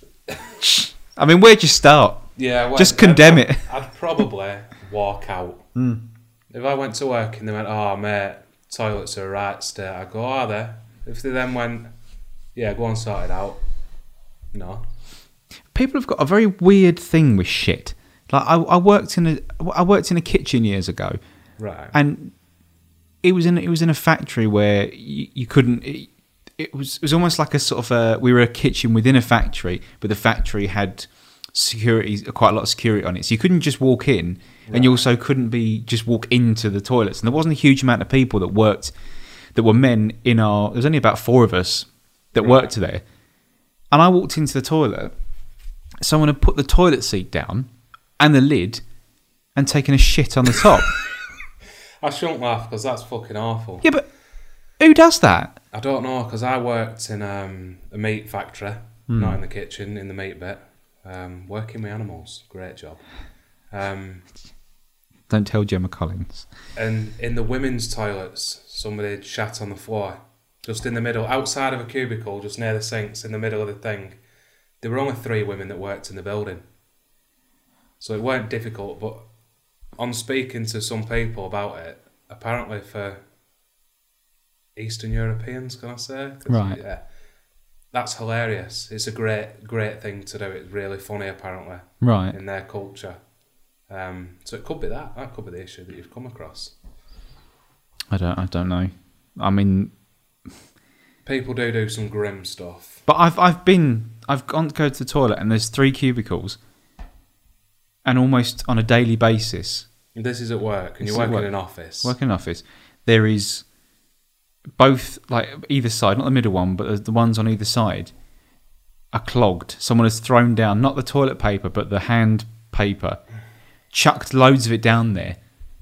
S1: I mean, where'd you start?
S2: yeah, well,
S1: Just condemn it. Hmm.
S2: I'd probably walk out. If I went to work and they went, "Oh mate, toilets are a right state," I go, "Are they?" If they then went, "Yeah, go and sort it out," no,
S1: people have got a very weird thing with shit. Like I, I worked in a I worked in a kitchen years ago,
S2: right,
S1: and it was in it was in a factory where you, you couldn't. It, it was it was almost like a sort of a we were a kitchen within a factory, but the factory had security quite a lot of security on it, so you couldn't just walk in, and you also couldn't be just walk into the toilets. And there wasn't a huge amount of people that worked that were men in our. There was only about four of us that worked there, and I walked into the toilet. Someone had put the toilet seat down and the lid, and taken a shit on the top.
S2: I shouldn't laugh because that's fucking awful.
S1: Yeah, but who does that?
S2: I don't know because I worked in um, a meat factory,
S1: Hmm.
S2: not in the kitchen, in the meat bit, um, working with animals. Great job. Um,
S1: Don't tell Gemma Collins.
S2: and in the women's toilets, somebody had shat on the floor, just in the middle, outside of a cubicle, just near the sinks, in the middle of the thing. There were only three women that worked in the building, so it weren't difficult. But on speaking to some people about it, apparently for Eastern Europeans, can I say? 'Cause,
S1: Right.
S2: Yeah, that's hilarious. It's a great, great thing to do. It's really funny, apparently
S1: Right.
S2: in their culture. Um, so it could be that. That could be the issue that you've come across.
S1: I don't. I don't know. I mean,
S2: People do do some grim stuff.
S1: but I've I've been I've gone to go to the toilet and there's three cubicles, and almost on a daily basis,
S2: This is at work, and
S1: This
S2: you're
S1: is at
S2: working
S1: work.
S2: in an office.
S1: working in an office, there is both like either side, not the middle one, but the ones on either side are clogged. Someone has thrown down not the toilet paper but the hand paper, chucked loads of it down there,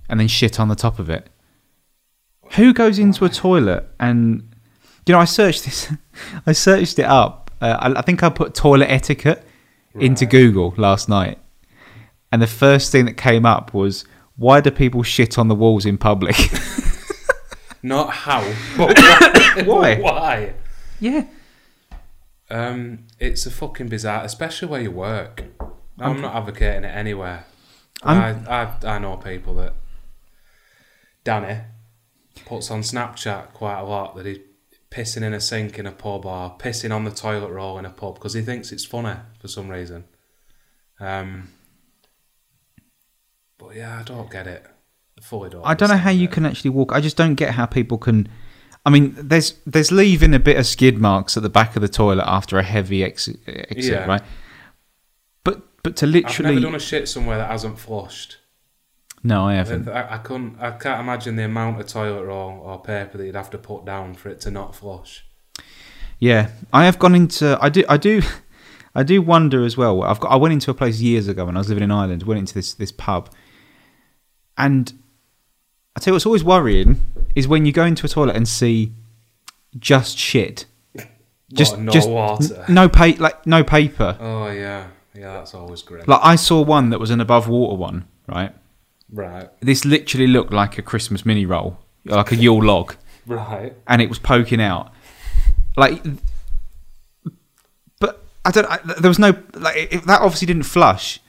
S1: and then shit on the top of it. Who goes into a toilet and you know I searched this, [laughs] I searched it up. Uh, I, I think I put toilet etiquette into
S2: Right.
S1: Google last night, and the first thing that came up was why do people shit on the walls in public? [laughs]
S2: Not how, but why.
S1: Why?
S2: [laughs] why?
S1: yeah,
S2: Um, it's a fucking bizarre, especially where you work. I'm, not advocating it anywhere. I,
S1: I'm-
S2: I I know people that Danny puts on Snapchat quite a lot that he's pissing in a sink in a pub or pissing on the toilet roll in a pub because he thinks it's funny for some reason. Um, but yeah, I don't get it. I fully don't.
S1: I don't know how
S2: understand
S1: you
S2: it.
S1: can actually walk. I just don't get how people can. I mean, there's there's leaving a bit of skid marks at the back of the toilet after a heavy exit, exit
S2: Yeah.
S1: right? But but to
S2: I've
S1: literally
S2: never done a shit somewhere that hasn't flushed.
S1: no, I
S2: I,
S1: haven't.
S2: I couldn't. I can't imagine the amount of toilet roll or paper that you'd have to put down for it to not flush.
S1: Yeah, I have gone into. I do. I do. [laughs] I do wonder as well. I've got. I went into a place years ago when I was living in Ireland. Went into this this pub, and I tell you what's always worrying is when you go into a toilet and see just shit, just
S2: no
S1: just
S2: water.
S1: n- no pa- like no paper.
S2: Oh yeah, yeah. That's always grim.
S1: Like I saw one that was an above water one. Right,
S2: right,
S1: this literally looked like a Christmas mini roll, like a Yule log.
S2: right.
S1: and it was poking out. Like, but I don't. I, there was no like it, that. Obviously, didn't flush,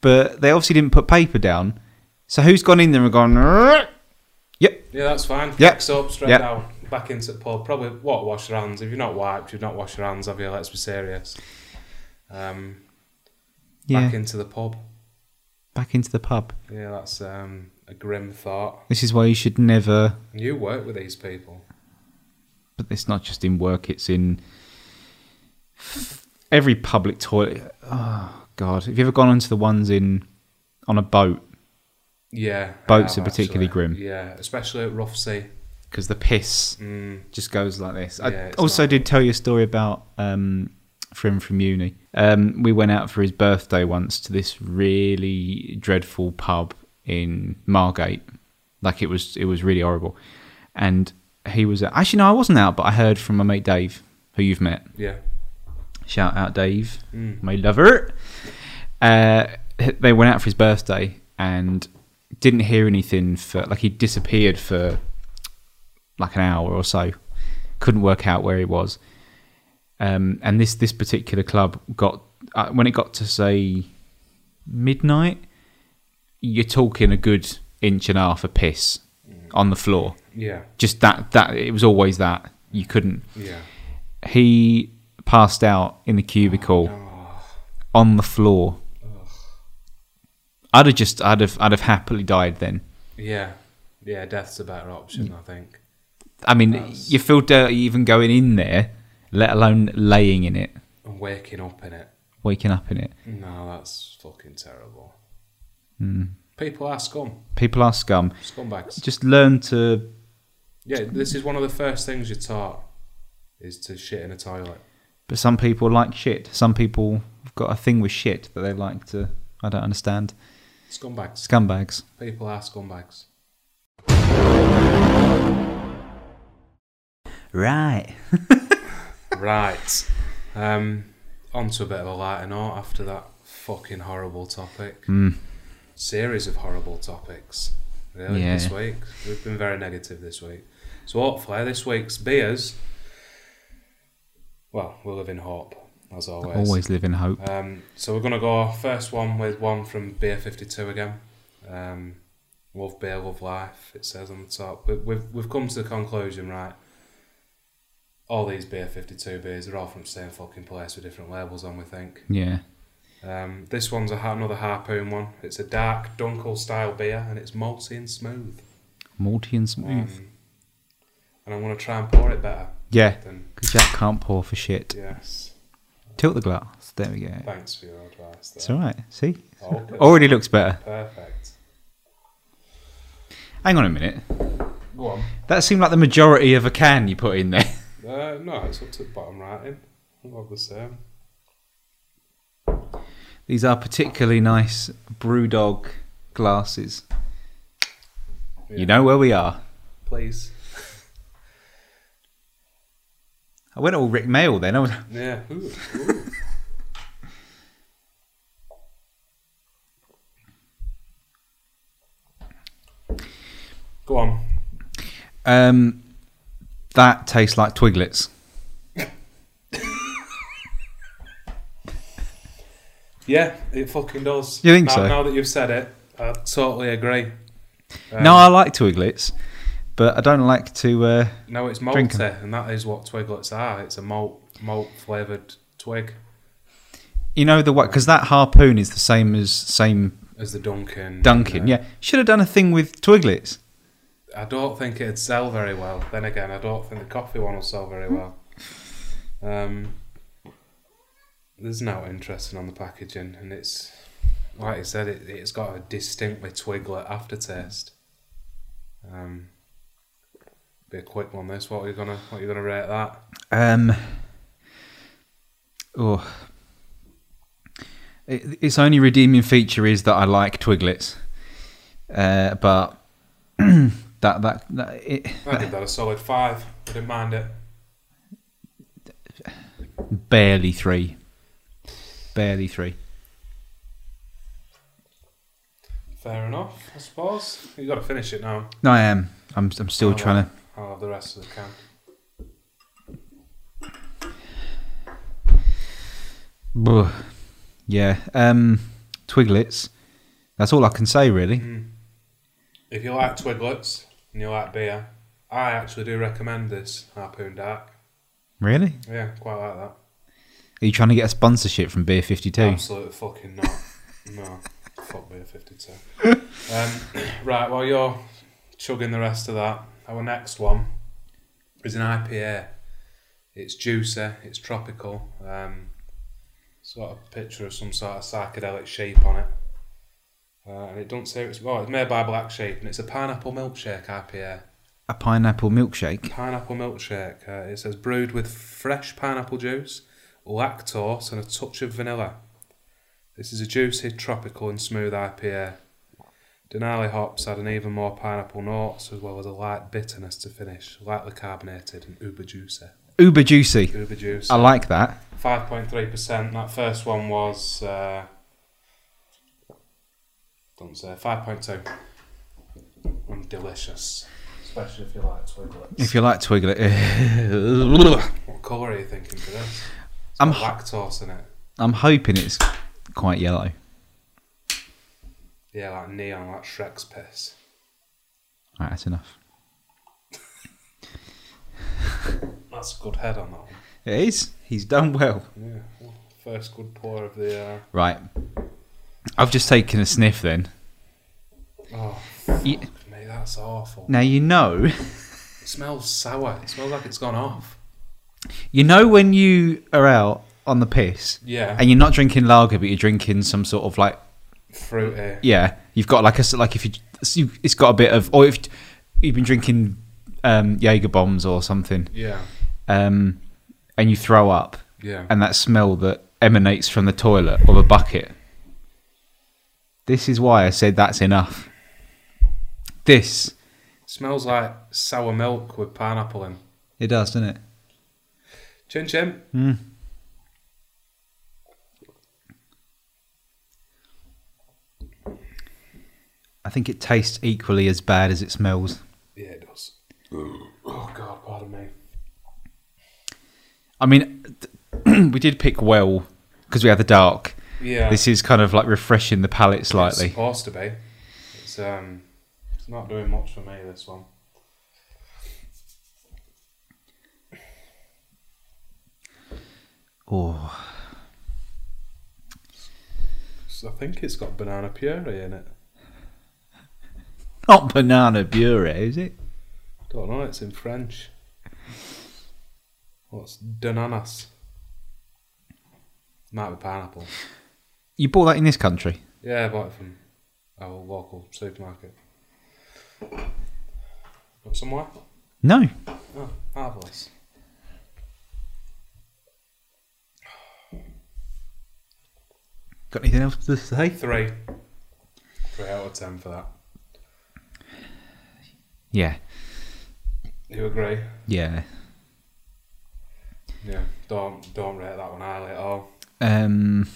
S1: but they obviously didn't put paper down. So who's gone in there and gone? "Rrrr." Yep,
S2: Yeah, that's fine.
S1: Yeah.
S2: Fix up, straight
S1: Yeah.
S2: down, back into the pub. Probably what? Wash your hands. If you've not wiped, you've not washed your hands. Have you? Let's be serious. Um,
S1: yeah,
S2: back into the pub.
S1: back into the pub.
S2: Yeah, that's um, a grim thought.
S1: This is why you should never.
S2: You work with these people.
S1: But it's not just in work; it's in every public toilet. Oh God! Have you ever gone onto the ones in on a boat
S2: Yeah, I
S1: Boats
S2: have,
S1: are particularly
S2: actually.
S1: grim.
S2: Yeah, especially at rough sea.
S1: because the piss
S2: Mm.
S1: just goes like this.
S2: Yeah,
S1: I
S2: it's
S1: also
S2: not-
S1: did tell you a story about um, friend from uni. Um, we went out for his birthday once to this really dreadful pub in Margate. Like it was, it was really horrible. And he was actually no, I wasn't out, but I heard from my mate Dave, who you've met.
S2: Yeah.
S1: Shout out Dave, my lover. Uh, they went out for his birthday and didn't hear anything for like he disappeared for like an hour or so. Couldn't work out where he was. Um, and this this particular club got uh, when it got to say midnight, you're talking a good inch and a half of piss on the floor
S2: Yeah.
S1: just that that it was always that you couldn't
S2: Yeah.
S1: he passed out in the cubicle on the floor i'd have just i'd have i'd have happily died then
S2: Yeah. Yeah, death's a better option, I think.
S1: i mean
S2: That's-
S1: you feel dirty even going in there let alone laying in it
S2: And waking up in it.
S1: waking up in it
S2: No, that's fucking terrible. People are scum.
S1: people are scum
S2: Scumbags.
S1: just learn to
S2: Yeah, this is one of the first things you're taught is to shit in a toilet.
S1: but some people like shit some people have got a thing with shit that they like to i don't understand
S2: Scumbags.
S1: scumbags
S2: People are scumbags.
S1: right
S2: right. Um, on to a bit of a lighter note after that fucking horrible topic. Series of horrible topics. Really,
S1: Yeah.
S2: this week. We've been very negative this week. So hopefully this week's beers. Well, we live in hope, as always.
S1: always live in hope
S2: Um, so we're gonna go first one with one from Beer Fifty Two again. Um, love beer, love life. It says on the top. We, we've we've come to the conclusion, right? All these Beer Fifty Two beers are all from the same fucking place with different labels on. We think.
S1: yeah
S2: Um, this one's a, ha- another harpoon one. It's a dark dunkel style beer, and it's malty and smooth.
S1: malty and smooth
S2: Um, and I'm gonna try and pour it better
S1: Yeah,
S2: than
S1: because Jack can't pour for shit.
S2: yes.
S1: Tilt the glass. There we go.
S2: Thanks for your advice.
S1: It's
S2: There.
S1: all right. Oh. See,
S2: Okay.
S1: already looks better.
S2: Perfect.
S1: Hang on a minute.
S2: Go on.
S1: That seemed like the majority of a can you put in there. [laughs]
S2: Uh, no, it's up to the bottom right in. Love the same.
S1: These are particularly nice BrewDog glasses.
S2: Yeah.
S1: You know where we are.
S2: Please.
S1: I went all Rick Mail then. I was,
S2: Yeah. Ooh, ooh. Go on.
S1: um, that tastes like Twiglets.
S2: Yeah, it fucking does.
S1: You think
S2: now,
S1: so?
S2: Now that you've said it, I totally agree. Um,
S1: no, I like Twiglets, but I don't like to. Uh,
S2: no, it's
S1: drink
S2: malty, and that is what twiglets are. It's a malt malt flavored twig,
S1: you know the what? Because that harpoon is the same as same
S2: as the Dunkin.
S1: Dunkin. Yeah, should have done a thing with Twiglets.
S2: I don't think it'd sell very well. Then again, I don't think the coffee one will sell very well. Um, there's no interesting on the packaging, and it's like I said, it, it's got a distinctly twiglet aftertaste. Um, be a quick one. This what are you gonna what are you gonna rate that?
S1: Um. Oh. It, its only redeeming feature is that I like Twiglets, uh, but [clears throat] that that, that it,
S2: I give that a solid five. I didn't mind it.
S1: barely three, barely three.
S2: Fair enough, I suppose. You got to finish it now.
S1: No, I am. I'm I'm still
S2: I'll
S1: trying to.
S2: have- I'll have the rest of the can.
S1: Ugh. Yeah. Um. Twiglets. That's all I can say really.
S2: If you like Twiglets and you like beer, I actually do recommend this Harpoon Dark.
S1: Really?
S2: Yeah, quite like that.
S1: Are you trying to get a sponsorship from Beer Fifty Two?
S2: Absolutely fucking not. no, fuck beer fifty two. Um, [coughs] right, while you're chugging the rest of that, our next one is an IPA. It's juicy. It's tropical. Um, it's got a picture of some sort of psychedelic sheep on it. Uh, and it doesn't say it's well. It's made by Black Sheep, and it's a pineapple milkshake IPA.
S1: A pineapple milkshake.
S2: Pineapple milkshake. Uh, it says brewed with fresh pineapple juice, lactose, and a touch of vanilla. This is a juicy, tropical, and smooth IPA. Denali hops add an even more pineapple notes, as well as a light bitterness to finish, lightly carbonated and uber juicy.
S1: Uber juicy.
S2: Uber juicy.
S1: I like that.
S2: 5.3%. That first one was. Uh, don't say 5.2. I'm delicious. Especially if you like twiglets.
S1: If you like twiggle it. [laughs]
S2: What colour are you thinking for this? It's
S1: I'm
S2: got lactose in it.
S1: I'm hoping it's quite yellow.
S2: Yeah, like neon, like Shrek's piss.
S1: Right, that's enough.
S2: That's a good head on that one.
S1: It is. He's done well.
S2: Yeah. well, First good pour of the. Uh,
S1: Right. I've just taken a sniff then.
S2: oh,
S1: You,
S2: fuck me, that's awful.
S1: now you know.
S2: It smells sour. It smells like it's gone off.
S1: You know when you are out on the piss
S2: Yeah.
S1: and you're not drinking lager, but you're drinking some sort of like
S2: Fruity.
S1: yeah, you've got like a s- like if you you- it's got a bit of or if you've been drinking um, Jaeger bombs or something,
S2: Yeah.
S1: um, and you throw up,
S2: Yeah.
S1: and that smell that emanates from the toilet or the bucket. This is why I said that's enough. This
S2: Smells like sour milk with pineapple in.
S1: it does, doesn't it?
S2: Chin chin.
S1: I think it tastes equally as bad as it smells.
S2: Yeah, it does. oh God, pardon me.
S1: I mean, [clears throat] th- we did pick well because we had the dark.
S2: Yeah.
S1: This is kind of like refreshing the palate
S2: It's
S1: slightly.
S2: supposed to be. It's um, it's not doing much for me. This one.
S1: Oh,
S2: So I think it's got banana puree in it.
S1: not banana puree, is it?
S2: Don't know. It's in French. What's bananas? Might be pineapple.
S1: You bought that in this country.
S2: Yeah, I bought it from our local supermarket. Got some more?
S1: No.
S2: Oh, marvellous.
S1: Got anything else to say?
S2: Three. Three out of ten for that.
S1: Yeah.
S2: You agree?
S1: Yeah.
S2: Yeah. Don't don't rate that one highly at all.
S1: Um.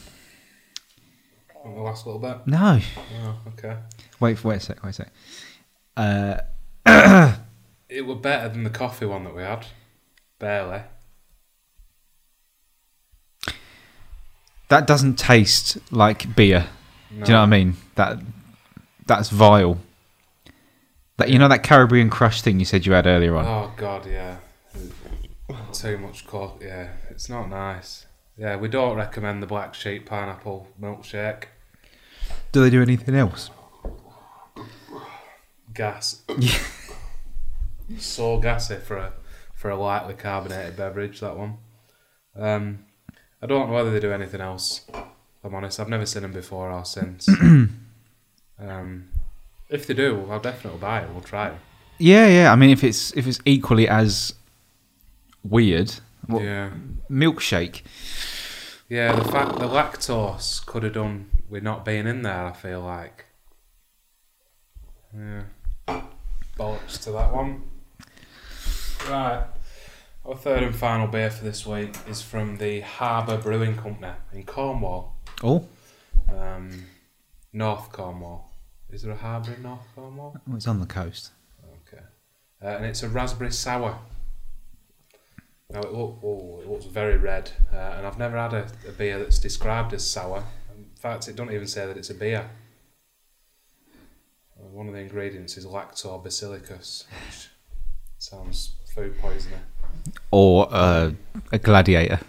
S2: Want the last little bit?
S1: No.
S2: Oh, okay.
S1: Wait for wait a sec. Wait a sec. Uh.
S2: It were better than the coffee one that we had. Barely.
S1: that doesn't taste like beer.
S2: No.
S1: Do you know what I mean? That that's vile. That you know that Caribbean Crush thing you said you had earlier on.
S2: Oh god, yeah. Too much coffee. Yeah, it's not nice. Yeah, we don't recommend the black sheep pineapple milkshake.
S1: Do they do anything else?
S2: Gas. so gassy for a for a lightly carbonated beverage. That one. Um, I don't know whether they do anything else. If I'm honest. I've never seen them before or since. um, if they do, I'll definitely buy it. We'll try it.
S1: Yeah, yeah. I mean, if it's if it's equally as weird, what,
S2: Yeah.
S1: milkshake.
S2: Yeah, the fact the lactose could have done with not being in there. I feel like. Yeah. Bollocks to that one. Right. Our third and final beer for this week is from the Harbour Brewing Company in Cornwall,
S1: Oh,
S2: um, North Cornwall. Is there a harbour in North Cornwall?
S1: oh, it's on the coast.
S2: Okay. Uh, and it's a raspberry sour. Now it, look, oh, it looks very red, uh, and I've never had a, a beer that's described as sour. In fact, it don't even say that it's a beer. Uh, One of the ingredients is lactobacillus, which sounds food poisoning. [laughs]
S1: Or uh, a gladiator.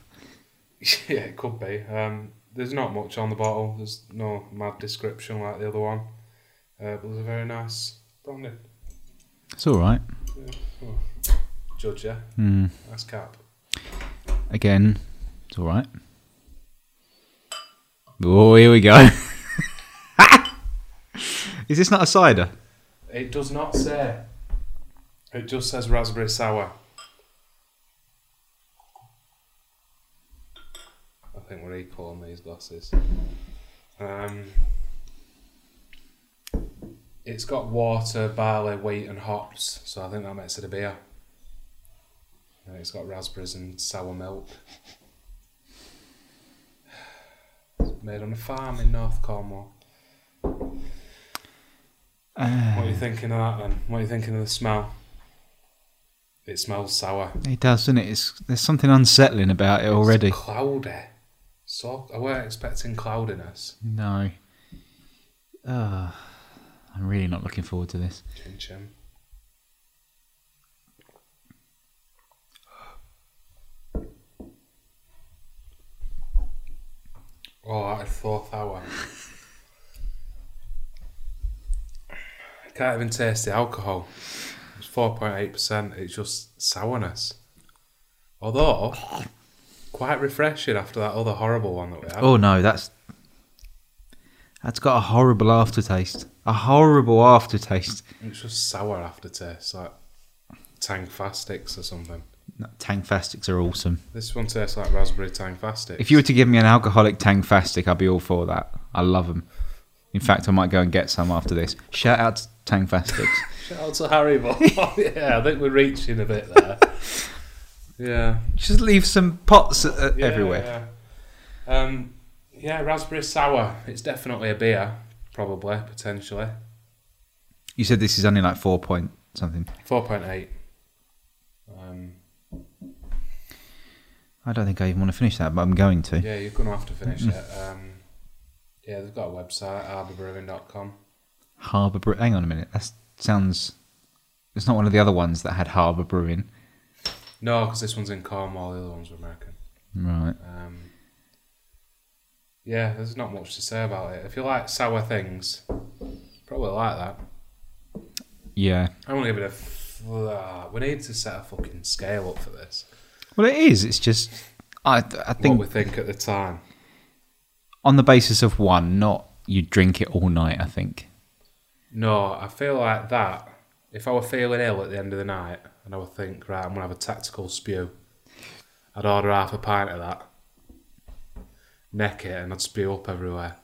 S2: yeah, it could be. Um, there's not much on the bottle. There's no mad description like the other one, uh, but there's a very nice branding.
S1: It's all right.
S2: Judge, yeah,
S1: Mm,
S2: nice cap.
S1: again, it's all right. Oh, here we go. [laughs] Is this not a cider?
S2: It does not say. It just says raspberry sour. think we're equal on these glasses. Um, it's got water, barley, wheat, and hops, so I think that makes it a beer. And it's got raspberries and sour milk. It's made on a farm in North Cornwall.
S1: Uh,
S2: What are you thinking of that then? What are you thinking of the smell? It smells sour.
S1: It does, doesn't it? It's, there's something unsettling about it already.
S2: It's cloudy. So I weren't expecting cloudiness.
S1: No. Uh, I'm really not looking forward to this.
S2: Chin chin. Oh, that is fourth hour. I can't even taste the alcohol. It's four point eight percent. It's just sourness. Although quite refreshing after that other horrible one that we had.
S1: Oh no, that's that's got a horrible aftertaste. A horrible aftertaste.
S2: It's just sour aftertaste, like Tang Fastics or something.
S1: No, Tang fastics are awesome.
S2: This one tastes like raspberry Tang Fastics.
S1: If you were to give me an alcoholic Tang Fastic, I'd be all for that. I love them. In fact, I might go and get some after this. Shout out to Tang Fastics.
S2: Shout out to [laughs] Haribo. yeah, I think we're reaching a bit there. yeah.
S1: [laughs] Just leave some pots uh,
S2: Yeah,
S1: everywhere.
S2: Yeah. Um, yeah, raspberry sour. It's definitely a beer, probably, potentially.
S1: You said this is only like four point something.
S2: 4.8. Um,
S1: I don't think I even want to finish that, but I'm going to.
S2: yeah, you're going to have to finish it. Um, yeah, they've got a website, harbourbrewing.com.
S1: Harbour Brew. Hang on a minute. That sounds. It's not one of the other ones that had Harbour Brewing.
S2: No, because this one's in Cornwall, the other one's American.
S1: Right.
S2: Um, yeah, there's not much to say about it. If you like sour things, probably like that.
S1: Yeah.
S2: I'm gonna give it a. F- ah, we need to set a fucking scale up for this.
S1: Well, it is. It's just. I, I think
S2: what we think at the time.
S1: on the basis of one, not you drink it all night, I think.
S2: No, I feel like that. If I were feeling ill at the end of the night and I would think, right, I'm gonna have a tactical spew, I'd order half a pint of that, neck it, and I'd spew up everywhere.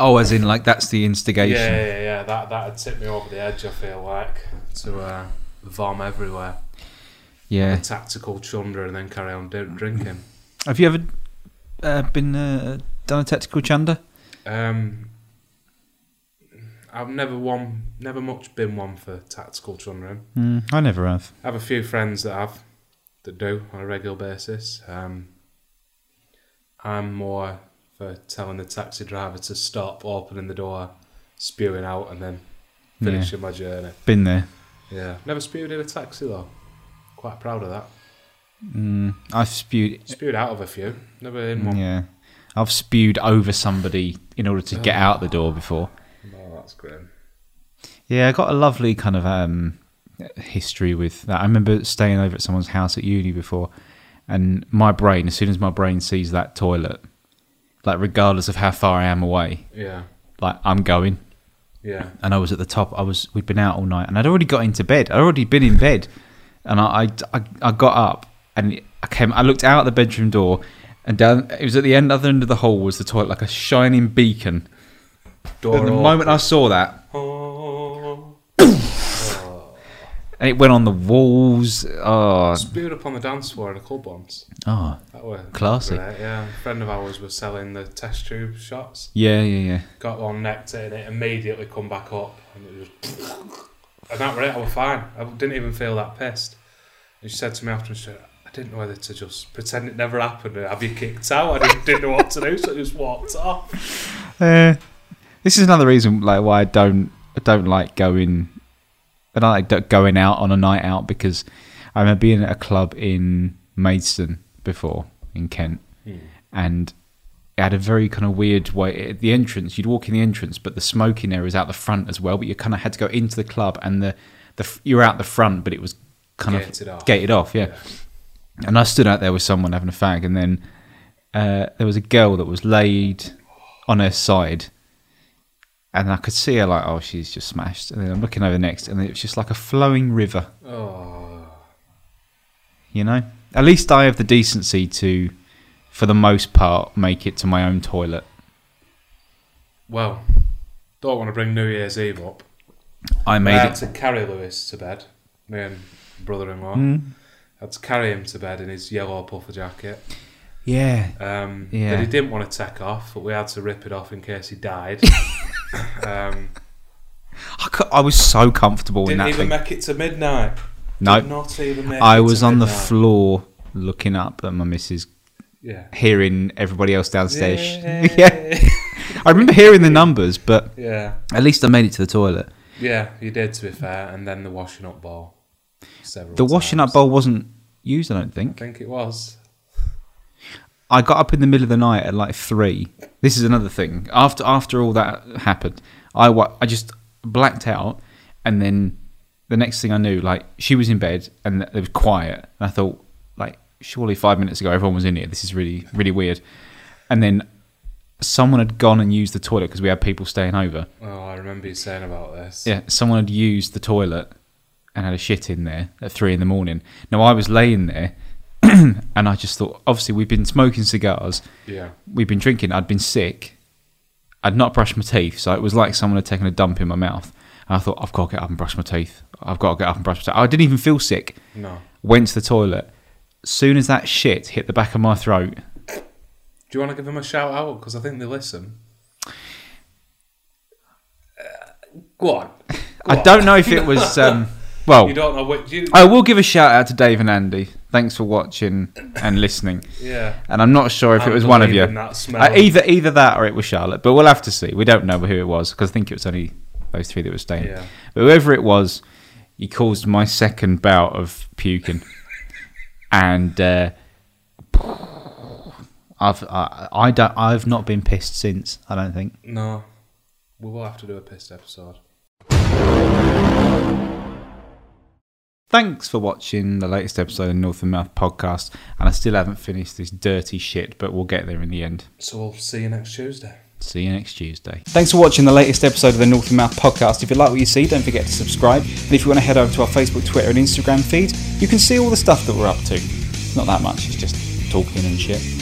S1: Oh, as in, like, that's the instigation.
S2: Yeah, yeah, yeah. That that'd tip me over the edge. I feel like to uh, vom everywhere.
S1: Yeah.
S2: a tactical chunder and then carry on
S1: Mm.
S2: d- drinking.
S1: Have you ever uh, been uh, done a tactical chunder?
S2: Um, I've never one, never much been one for tactical chundering.
S1: Mm, I never have.
S2: I have a few friends that have that do on a regular basis. Um, I'm more for telling the taxi driver to stop, opening the door, spewing out, and then finishing my journey.
S1: Been there.
S2: Yeah, never spewed in a taxi though. Quite proud of that.
S1: Mm, I've spewed.
S2: Spewed out of a few, never in one.
S1: Yeah. I've spewed over somebody in order to get out the door before.
S2: Oh, that's grim.
S1: Yeah, I got a lovely kind of um, history with that. I remember staying over at someone's house at uni before, and my brain, as soon as my brain sees that toilet, like regardless of how far I am away,
S2: Yeah,
S1: like I'm going.
S2: yeah.
S1: And I was at the top. I was we'd been out all night, and I'd already got into bed. I'd already been in bed, and I I, I, I got up and I came. I looked out the bedroom door, and down it was at the end other end of the hall was the toilet, like a shining beacon.
S2: Door
S1: and the
S2: open.
S1: moment I saw that,
S2: Oh.
S1: and it went on the walls. Oh,
S2: [coughs] Spewed up on the dance floor in a club once.
S1: oh,
S2: That was
S1: Classy.
S2: Right, yeah, a friend of ours was selling the test tube shots.
S1: yeah, yeah, yeah.
S2: Got one necked it and it immediately come back up. And it just... [coughs] And that were it, I was fine. I didn't even feel that pissed. And she said to me after, she said, I didn't know whether to just pretend it never happened and have you kicked out. I didn't, didn't know what to do, so I just walked off.
S1: Uh, this is another reason, like, why I don't, I don't like going, I don't like do- going out on a night out because I remember being at a club in Maidstone before in Kent,
S2: Hmm.
S1: and it had a very kind of weird way. At the entrance, you'd walk in the entrance, but the smoking area is out the front as well. But you kind of had to go into the club, and the the f- you were out the front, but it was kind
S2: Gated
S1: of
S2: off.
S1: gated off, yeah. And I stood out there with someone having a fag, and then uh, there was a girl that was laid on her side, and I could see her like, oh, she's just smashed. And then I'm looking over next, and it was just like a flowing river,
S2: Oh,
S1: you know. At least I have the decency to for the most part, make it to my own toilet.
S2: Well, don't want to bring New Year's Eve up.
S1: I
S2: I
S1: made
S2: had
S1: it.
S2: to carry Lewis to bed, me and brother-in-law.
S1: Hmm.
S2: I had to carry him to bed in his yellow puffer jacket.
S1: Yeah.
S2: Um,
S1: Yeah.
S2: That he didn't want to take off, but we had to rip it off in case
S1: [laughs]
S2: he died. um,
S1: I, cou- I was so comfortable in
S2: didn't
S1: that
S2: even
S1: thing.
S2: make it to midnight.
S1: Oh, No.
S2: Did not even make it
S1: I
S2: to
S1: was on the
S2: midnight.
S1: floor looking up at my missus,
S2: Yeah.
S1: hearing everybody else downstairs. [laughs]
S2: Yeah.
S1: yeah. I remember hearing the numbers, but
S2: yeah.
S1: at least I made it to the toilet.
S2: Yeah, you did, to be fair. And then the washing up bowl. Several
S1: The washing up
S2: times.
S1: bowl wasn't used, I don't
S2: I
S1: think.
S2: think it was.
S1: I got up in the middle of the night at like three. This is another thing. After after all that happened, I wa- I just blacked out, and then the next thing I knew, like she was in bed and it was quiet, and I thought, like surely five minutes ago everyone was in here. This is really really weird. And then someone had gone and used the toilet because we had people staying over.
S2: Oh, I remember you saying about this.
S1: Yeah, someone had used the toilet and had a shit in there at three in the morning. Now I was laying there, [clears throat] and I just thought, obviously we've been smoking cigars,
S2: Yeah.
S1: we've been drinking, I'd been sick, I'd not brushed my teeth, so it was like someone had taken a dump in my mouth. And I thought, I've got to get up and brush my teeth. I've got to get up and brush my teeth. I didn't even feel sick.
S2: No.
S1: Went to the toilet. Soon as that shit hit the back of my throat,
S2: Do you want to give them a shout out? Because I think they listen. Uh, go on. Go
S1: I
S2: on.
S1: don't know if it was.
S2: [laughs]
S1: Um, well,
S2: You don't know what you.
S1: I will give a shout out to Dave and Andy. Thanks for watching and listening.
S2: yeah.
S1: and I'm not sure if it
S2: I'm
S1: was one of you.
S2: believing that smell.
S1: Uh, either either that or it was Charlotte, but we'll have to see. We don't know who it was because I think it was only those three that were staying.
S2: Yeah.
S1: But whoever it was, he caused my second bout of puking, and uh, I've I, I don't I've not been pissed since. I don't think.
S2: No. We will have to do a pissed episode.
S1: Thanks for watching the latest episode of North and Mouth podcast, and I still haven't finished this dirty shit, but we'll get there in the end.
S2: So we'll see you next Tuesday.
S1: See you next Tuesday. Thanks for watching the latest episode of the North and Mouth podcast. If you like what you see, don't forget to subscribe. And if you want to head over to our Facebook, Twitter, and Instagram feed, you can see all the stuff that we're up to. Not that much, it's just talking and shit.